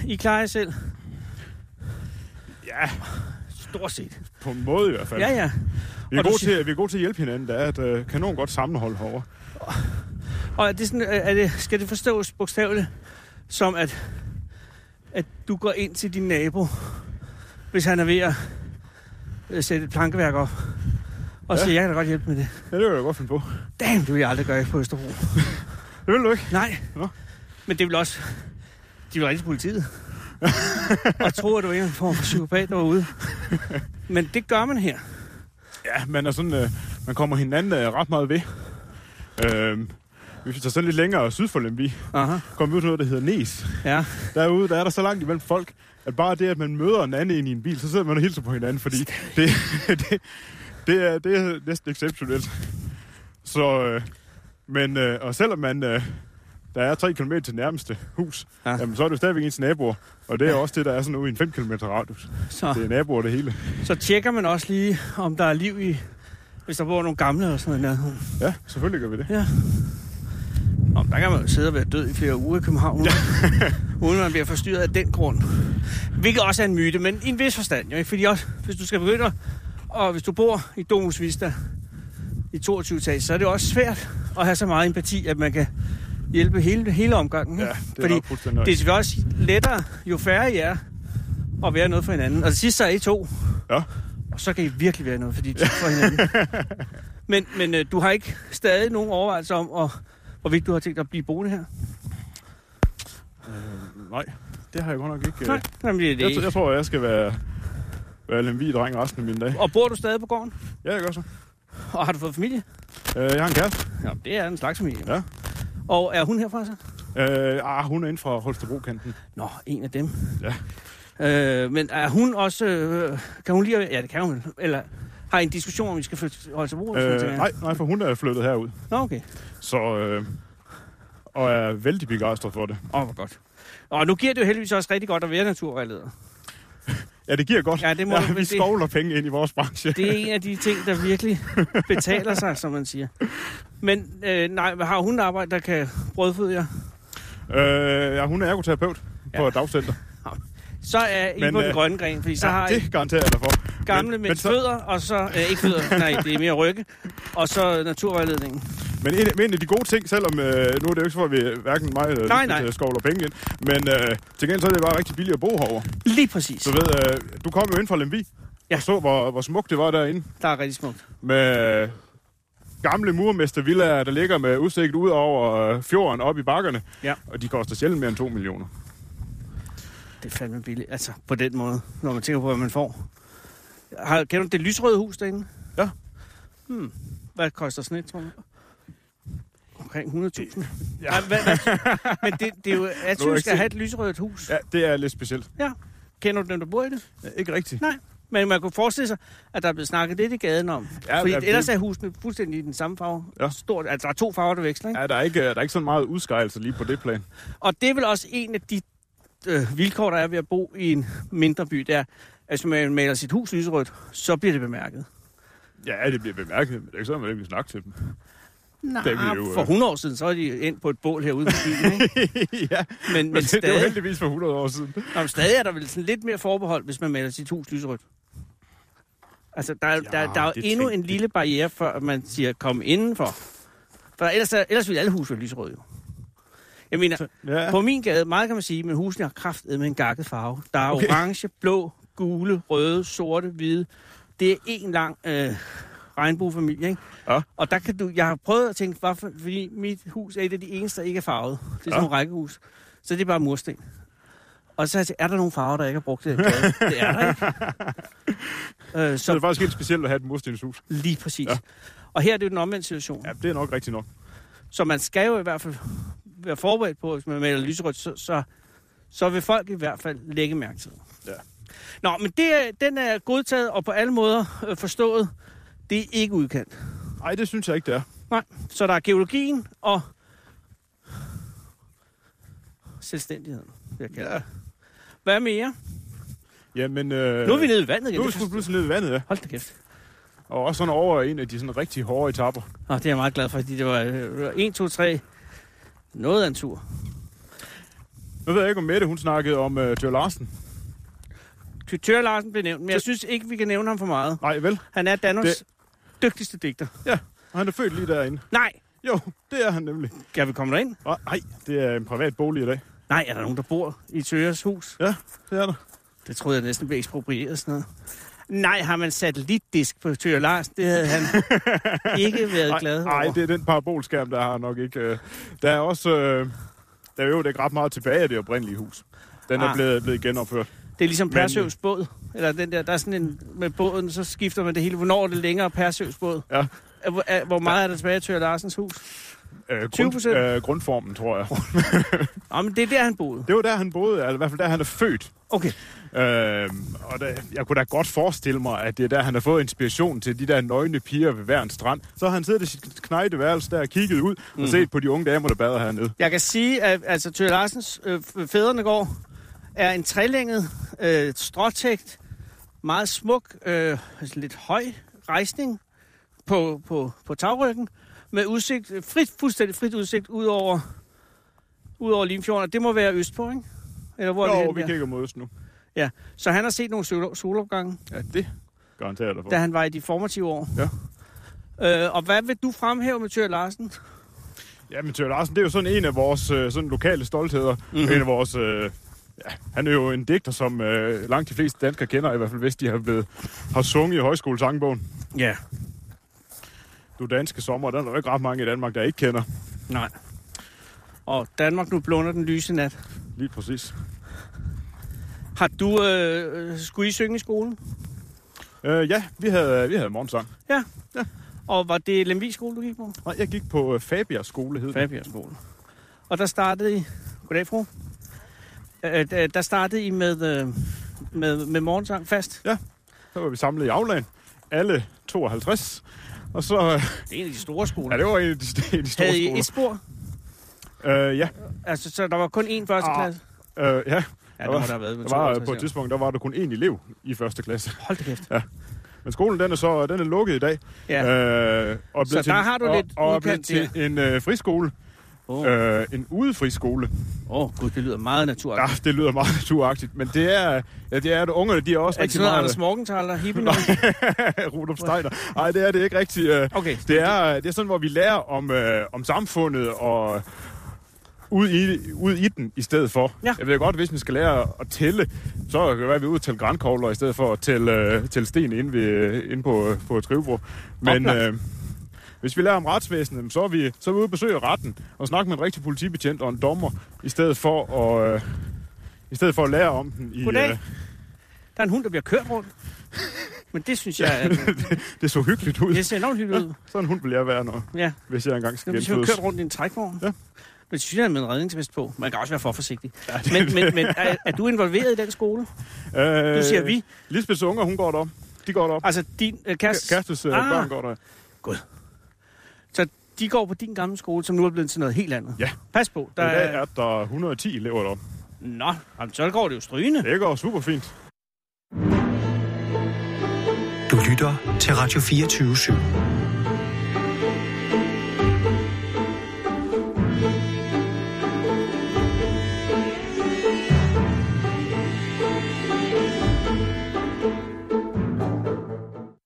Speaker 3: I klarer jer selv,
Speaker 5: Ja,
Speaker 3: stort set.
Speaker 5: på en måde i hvert fald.
Speaker 3: Ja, ja.
Speaker 5: Vi, er
Speaker 3: Og du
Speaker 5: gode
Speaker 3: siger-
Speaker 5: til, vi er gode til at hjælpe hinanden. Der er et øh, kanon godt sammenhold herovre.
Speaker 3: Og er det sådan, er det, skal det forstås bogstaveligt som, at, at du går ind til din nabo, hvis han er ved at øh, sætte et plankeværk op, og ja.
Speaker 5: Ja.
Speaker 3: siger, jeg kan da godt hjælpe med det.
Speaker 5: Ja, det kan jeg godt finde på.
Speaker 3: Damn, det vil jeg aldrig gøre på Østerbro.
Speaker 5: Det vil du ikke?
Speaker 3: Nej.
Speaker 5: Nå.
Speaker 3: Men det vil også... De vil ringe til
Speaker 5: *laughs*
Speaker 3: politiet. og tro, at du er en form for psykopat derude. Men det gør man her.
Speaker 5: Ja, man er sådan, øh, man kommer hinanden øh, ret meget ved. Øh, hvis vi tager sådan lidt længere syd for Lemby,
Speaker 3: Aha,
Speaker 5: kommer vi ud til noget, der hedder Nes.
Speaker 3: ja.
Speaker 5: Derude der er der så langt imellem folk, at bare det, at man møder en anden ind i en bil, så sidder man og hilser på hinanden,
Speaker 3: *laughs*
Speaker 5: fordi det, det, det, er, det er næsten exceptionelt. Så, øh, men, øh, og selvom man, øh, der er 3 km til nærmeste hus,
Speaker 3: Ja.
Speaker 5: ja. jamen, så er det jo stadigvæk ens naboer, og det er også det, der er sådan ude i en 5 km radius. Det
Speaker 3: Så,
Speaker 5: er naboer det hele.
Speaker 3: så tjekker man også lige, om der er liv i... Hvis der bor nogle gamle og sådan noget i nærheden.
Speaker 5: Ja, selvfølgelig gør vi det.
Speaker 3: Ja. Nå, men der kan man jo sidde og være død i flere uger i København, ja. uden man bliver forstyrret af den grund. Hvilket også er en myte, men i en vis forstand. Jo, ikke? Fordi også, hvis du skal begynde, at- og hvis du bor i Domus Vista i 22 etage, så er det også svært at have så meget empati, at man kan hjælpe hele, hele omgangen.
Speaker 5: Ja,
Speaker 3: ikke?
Speaker 5: det
Speaker 3: Mm.
Speaker 5: er
Speaker 3: Fordi
Speaker 5: nok fuldstændig
Speaker 3: det er selvfølgelig også lettere, jo færre I er, at være noget for hinanden. Og det sidste så er I to,
Speaker 5: Ja.
Speaker 3: og så kan I virkelig være noget, fordi I er to for hinanden.
Speaker 5: *laughs*
Speaker 3: Men, men øh, du har ikke stadig nogen overvejelser om, og, hvorvidt du har tænkt dig at blive boende her?
Speaker 5: Øh, nej, det har jeg godt nok ikke. øh.
Speaker 3: Nej, jamen, det er
Speaker 5: Jeg,
Speaker 3: det.
Speaker 5: tror-
Speaker 3: ikke.
Speaker 5: jeg tror, jeg skal være, være Lemvi-dreng resten af mine dage.
Speaker 3: Og bor du stadig på gården?
Speaker 5: Ja, jeg gør så.
Speaker 3: Og har du fået familie?
Speaker 5: Øh, jeg har en kæreste.
Speaker 3: Ja, det er en slags familie.
Speaker 5: Ja.
Speaker 3: Og er hun herfra så?
Speaker 5: Øh, ah, hun er inde fra Holstebro-kanten.
Speaker 3: Nå, en af dem.
Speaker 5: Ja.
Speaker 3: Øh, men er hun også... Øh, kan hun lige... Ja, det kan hun. Eller har I en diskussion, om vi skal flytte til Holstebro? eller sådan
Speaker 5: Øh,
Speaker 3: noget, tænker
Speaker 5: nej,
Speaker 3: jeg?
Speaker 5: nej, for hun er flyttet herud.
Speaker 3: Nå, okay.
Speaker 5: Så, øh, og er vældig begejstret for det.
Speaker 3: Åh, oh, hvor godt. Og nu giver det jo heldigvis også rigtig godt at være naturvejleder.
Speaker 5: Ja, det giver godt.
Speaker 3: Ja, det må du-
Speaker 5: ja,
Speaker 3: men
Speaker 5: vi
Speaker 3: det-
Speaker 5: skovler penge ind i vores branche.
Speaker 3: Det er en af de ting, der virkelig betaler sig, som man siger. Men øh, nej, hvad har hun arbejde, der kan brødføde jer?
Speaker 5: Øh, ja, hun er ergoterapeut på
Speaker 3: Ja.
Speaker 5: et dagcenter.
Speaker 3: Så er I
Speaker 5: Men,
Speaker 3: på den
Speaker 5: øh,
Speaker 3: grønne gren, fordi så
Speaker 5: ja,
Speaker 3: har I
Speaker 5: det garanterer jeg dig for.
Speaker 3: gamle men,
Speaker 5: men,
Speaker 3: med
Speaker 5: men,
Speaker 3: men
Speaker 5: så,
Speaker 3: fødder, og så... Øh, ikke fødder, nej, det er mere rygge. Og så naturvejledningen.
Speaker 5: men en, men en af de gode ting, selvom øh, nu er det jo ikke så, at vi hverken mig eller
Speaker 3: Nej,
Speaker 5: Lisbeth,
Speaker 3: nej.
Speaker 5: øh, skovler penge ind, men øh, til gengæld så er det bare rigtig billigt at bo herovre.
Speaker 3: Lige præcis.
Speaker 5: Du ved, øh, du kom jo ind fra Lemvi
Speaker 3: Ja.
Speaker 5: ja. og så, hvor, hvor smukt det var derinde.
Speaker 3: Der er rigtig smukt.
Speaker 5: Med øh, gamle murmestervillager, der ligger med udsigt ud over øh, fjorden op i bakkerne.
Speaker 3: Ja.
Speaker 5: Og de koster sjældent mere end 2 millioner.
Speaker 3: Det er fandme billigt, altså på den måde, når man tænker på, hvad man får. Har, kender du det lysrøde hus derinde?
Speaker 5: Ja.
Speaker 3: Hmm. Hvad koster sådan et, tror du? Omkring 100.000. Ja. Nej, hvad, hvad, men det, det er jo, jeg
Speaker 5: ikke
Speaker 3: synes, skal
Speaker 5: set-
Speaker 3: have et lysrødt hus. Ja.
Speaker 5: Ja, det er lidt specielt.
Speaker 3: Kender du dem, der bor i det?
Speaker 5: Ja, ikke rigtigt.
Speaker 3: Nej. Men man kunne forestille sig, at der er blevet snakket lidt i gaden om.
Speaker 5: Ja,
Speaker 3: Ja, Fordi
Speaker 5: ja, det-
Speaker 3: ellers er husene fuldstændig i den samme farve.
Speaker 5: Ja.
Speaker 3: Stort, altså, der er to farver, der veksler, ikke?
Speaker 5: Ja, der er ikke, øh, der er ikke sådan meget udskejelse lige på det plan.
Speaker 3: Og det er vel også en af de øh, vilkår, der er ved at bo i en mindre by, det er, at hvis man maler sit hus lyserødt, så bliver det bemærket.
Speaker 5: Ja, det bliver bemærket, men det er ikke sådan, at man ikke vil snakke til dem.
Speaker 3: Nej,
Speaker 5: Da vi jo, øh,
Speaker 3: for 100 år siden, så er de endt på et bål herude på byen, ikke?
Speaker 5: *laughs* *laughs* ja,
Speaker 3: Men, men
Speaker 5: men, det, det var
Speaker 3: stadig,
Speaker 5: heldigvis for 100 år siden.
Speaker 3: nå, men stadig er der vel sådan lidt mere forbehold, hvis man maler sit hus lyserødt. Altså, der, ja, der, der er jo
Speaker 5: det
Speaker 3: endnu
Speaker 5: tænk-
Speaker 3: en lille barriere, før man siger, kom indenfor. For ellers, er- ellers ville alle huse være lyserøde, jo. Jeg mener,
Speaker 5: Ja,
Speaker 3: På min gade, meget kan man sige, men husene har kraftet med en gakket farve. Der er
Speaker 5: Okay.
Speaker 3: okay. orange, blå, gule, røde, sorte, hvide. Det er en lang øh, regnbuefamilie, ikke?
Speaker 5: Ja.
Speaker 3: Og der kan du, jeg har prøvet at tænke, hvorfor, fordi mit hus er et af de eneste, der ikke er farvet. Det er sådan
Speaker 5: Ja.
Speaker 3: ja. nogle rækkehus. Så det er bare mursten. Og så har jeg tænkt, er der nogle farver, der ikke er brugt i den
Speaker 5: *laughs*
Speaker 3: gade? det er der ikke. øh,
Speaker 5: så er
Speaker 3: så
Speaker 5: det faktisk helt specielt at have et murstenshus.
Speaker 3: lige præcis.
Speaker 5: Ja.
Speaker 3: Ja. Og her er det jo den omvendte situation.
Speaker 5: Ja, det er nok rigtigt nok.
Speaker 3: Så man skal jo i hvert fald være forberedt på, hvis man maler lyserødt, så, så, så vil folk i hvert fald lægge mærke til det.
Speaker 5: Ja.
Speaker 3: Nå, men det, er- den er godtaget og på alle måder øh, forstået. Det er ikke udkendt.
Speaker 5: Nej, det synes jeg ikke, det er.
Speaker 3: Nej, så der er geologien og selvstændigheden. Jeg kan. Ja. Hvad mere?
Speaker 5: Jamen, øh,
Speaker 3: Nu er vi nede i vandet igen.
Speaker 5: Nu er vi
Speaker 3: Det
Speaker 5: sgu
Speaker 3: forstår-
Speaker 5: pludselig ned i vandet, ja.
Speaker 3: Hold da kæft.
Speaker 5: Og også sådan over en af de sådan rigtig hårde etapper.
Speaker 3: Nå, det er jeg meget glad for, fordi det var øh, 1, 2, 3. Noget af en tur.
Speaker 5: Nu ved jeg ikke, om Mette, hun snakkede om øh, Joe Larsen.
Speaker 3: Kvittør Larsen blev nævnt, men jeg synes ikke, vi kan nævne ham for meget.
Speaker 5: Nej, vel?
Speaker 3: Han er Danmarks det... dygtigste digter.
Speaker 5: Og han er født lige derinde.
Speaker 3: Nej,
Speaker 5: Jo, det er han nemlig.
Speaker 3: kan vi komme derind?
Speaker 5: Og, nej, det er en privat bolig i dag.
Speaker 3: Nej, er der nogen, der bor i Tøgers hus?
Speaker 5: Det er der.
Speaker 3: Det troede jeg næsten blev eksproprieret sådan noget. Nej, har man satellitdisk på Tøger Larsen? Det havde *laughs* han ikke været glad over.
Speaker 5: Nej, det er den parabolskærm, der har nok ikke... Øh, der er også... Øh, der er jo ikke ret meget tilbage af det oprindelige hus. Den er
Speaker 3: Ah.
Speaker 5: blevet, blevet genopført.
Speaker 3: det er ligesom
Speaker 5: Men-
Speaker 3: Persøvs båd. Eller den der, der er sådan en med båden, så skifter man det hele. Hvornår er det længere Persøvs båd?
Speaker 5: Ja.
Speaker 3: Er- Hvor, er, hvor meget er der tilbage af Tøger Larsens hus?
Speaker 5: Øh,
Speaker 3: 20%?
Speaker 5: øh, grundformen, tror jeg.
Speaker 3: Nå, men det er der, han boede.
Speaker 5: Det var der, han boede. Eller i hvert fald der, han er født.
Speaker 3: Okay.
Speaker 5: Øh, og der, jeg kunne da godt forestille mig, at det er der, han har fået inspiration til de der nøgne piger ved hver en strand. Så har han siddet i sit knejte værelse der og kigget ud mm.
Speaker 3: Mhm.
Speaker 5: og set på de unge damer, der bader hernede.
Speaker 3: Jeg kan sige, at altså, Tøger Larsens øh, Fædrenegård er en trælænget, øh, stråtægt, meget smuk, øh, altså lidt høj rejsning på, på, på tagryggen, med udsigt, øh, frit, fuldstændig frit udsigt ud over, ud over Limfjorden, og det må være Østpå, ikke? Eller hvor er det
Speaker 5: Jo,
Speaker 3: henne
Speaker 5: vi
Speaker 3: der?
Speaker 5: kigger mod øst nu.
Speaker 3: Ja, så han har set nogle sol- solopgange,
Speaker 5: Ja, det garanterer jeg dig for.
Speaker 3: da han var i de formative år.
Speaker 5: Ja.
Speaker 3: Øh, og hvad vil du fremhæve med Tøger Larsen?
Speaker 5: Jamen, Tjør Larsen, det er jo sådan en af vores øh, sådan lokale stoltheder. Mm-hmm.
Speaker 3: Mhm.
Speaker 5: En af vores... Øh, ja, han er jo en digter, som øh, langt de fleste danskere kender, i hvert fald hvis de har, blevet, har sunget i højskolesangbogen.
Speaker 3: Ja,
Speaker 5: Du danske sommer, den er der jo ikke ret mange i Danmark, der ikke kender.
Speaker 3: nej. Og Danmark nu blunder den lyse nat.
Speaker 5: Lige præcis.
Speaker 3: Har du, øh, øh, skulle I synge i skolen?
Speaker 5: Øh, ja, vi havde, vi havde morgensang.
Speaker 3: Og var det Lemvig skole, du gik på?
Speaker 5: Nej, jeg gik på øh, Fabias skole, hed den.
Speaker 3: Fabjerg skole. Og der startede I... Goddag, fru. Øh, øh, der startede I med, øh, med, med morgensang fast.
Speaker 5: Så var vi samlet i afland. Alle 52. Og så...
Speaker 3: Det
Speaker 5: Øh,
Speaker 3: er en af de store skoler.
Speaker 5: ja, det var en af de, *laughs* en af de store
Speaker 3: Havde I
Speaker 5: skoler.
Speaker 3: et spor?
Speaker 5: Øh, ja,
Speaker 3: Altså, så der var kun én første
Speaker 5: Ah,
Speaker 3: klasse?
Speaker 5: øh, ja.
Speaker 3: Ja,
Speaker 5: der var-
Speaker 3: der have været med
Speaker 5: Der var, øh,
Speaker 3: 52
Speaker 5: på et
Speaker 3: her.
Speaker 5: tidspunkt, der var der kun én elev i første klasse.
Speaker 3: Hold da kæft.
Speaker 5: Men skolen, den er så den er lukket i dag.
Speaker 3: Ja.
Speaker 5: Øh, og er blevet
Speaker 3: Så der har du
Speaker 5: og,
Speaker 3: lidt
Speaker 5: og er blevet
Speaker 3: udkant
Speaker 5: til en øh, friskole.
Speaker 3: Åh,
Speaker 5: Oh. Øh, en udefriskole.
Speaker 3: oh. oh, gud, det lyder meget naturligt.
Speaker 5: Ja,
Speaker 3: Ja.
Speaker 5: det lyder meget *laughs* naturagtigt, men det er, ja, det er at ungerne, de er også
Speaker 3: Er det
Speaker 5: rigtig
Speaker 3: sådan noget, Anders
Speaker 5: meget... øh,
Speaker 3: Morgenthaler, hippie
Speaker 5: *laughs*
Speaker 3: noget?
Speaker 5: Rudolf Steiner. Nej, det er det ikke rigtigt. Øh,
Speaker 3: Okay,
Speaker 5: det, er, det er sådan, hvor vi lærer om, øh, om samfundet og ud i, ud i den i stedet for.
Speaker 3: Ja.
Speaker 5: Jeg ved godt, hvis man skal lære at tælle, så kan det være, at vi er ude og tælle grænkogler i stedet for at tælle, øh, tælle sten inde, ved, øh, inde på, øh, på et skrivebord. Men
Speaker 3: Oplagt.
Speaker 5: øh, hvis vi lærer om retsvæsenet, jamen, så er, vi, så er vi ude og besøge retten og snakke med en rigtig politibetjent og en dommer, i stedet for at, øh, i øh, stedet for at lære om den i...
Speaker 3: Goddag. Der er en hund, der bliver kørt rundt. Men det synes jeg, at, øh,
Speaker 5: Det så hyggeligt ud.
Speaker 3: det ser enormt hyggeligt ud.
Speaker 5: Sådan en hund vil jeg være, når,
Speaker 3: Ja.
Speaker 5: hvis jeg engang skal
Speaker 3: Når vi har
Speaker 5: genfødes.
Speaker 3: kørt rundt i en trækvogn.
Speaker 5: Ja.
Speaker 3: Men synes jeg, med en redningsvest på. Man kan også være for
Speaker 5: *laughs*
Speaker 3: forsigtig. Men, men, men er, er, du involveret i den skole?
Speaker 5: Øh,
Speaker 3: Du siger vi.
Speaker 5: Lisbeths unger, hun går derop. De går derop.
Speaker 3: Altså din øh, kæreste.
Speaker 5: Kærestes øh,
Speaker 3: Ah.
Speaker 5: børn går derop.
Speaker 3: Så de går på din gamle skole, som nu er blevet til noget helt andet.
Speaker 5: Ja.
Speaker 3: Pas på. Der
Speaker 5: Der... I dag
Speaker 3: er...
Speaker 5: er der 110 elever derop.
Speaker 3: Nå, jamen, så går det jo strygende.
Speaker 5: Det går super fint.
Speaker 1: Du lytter til Radio 24 /7.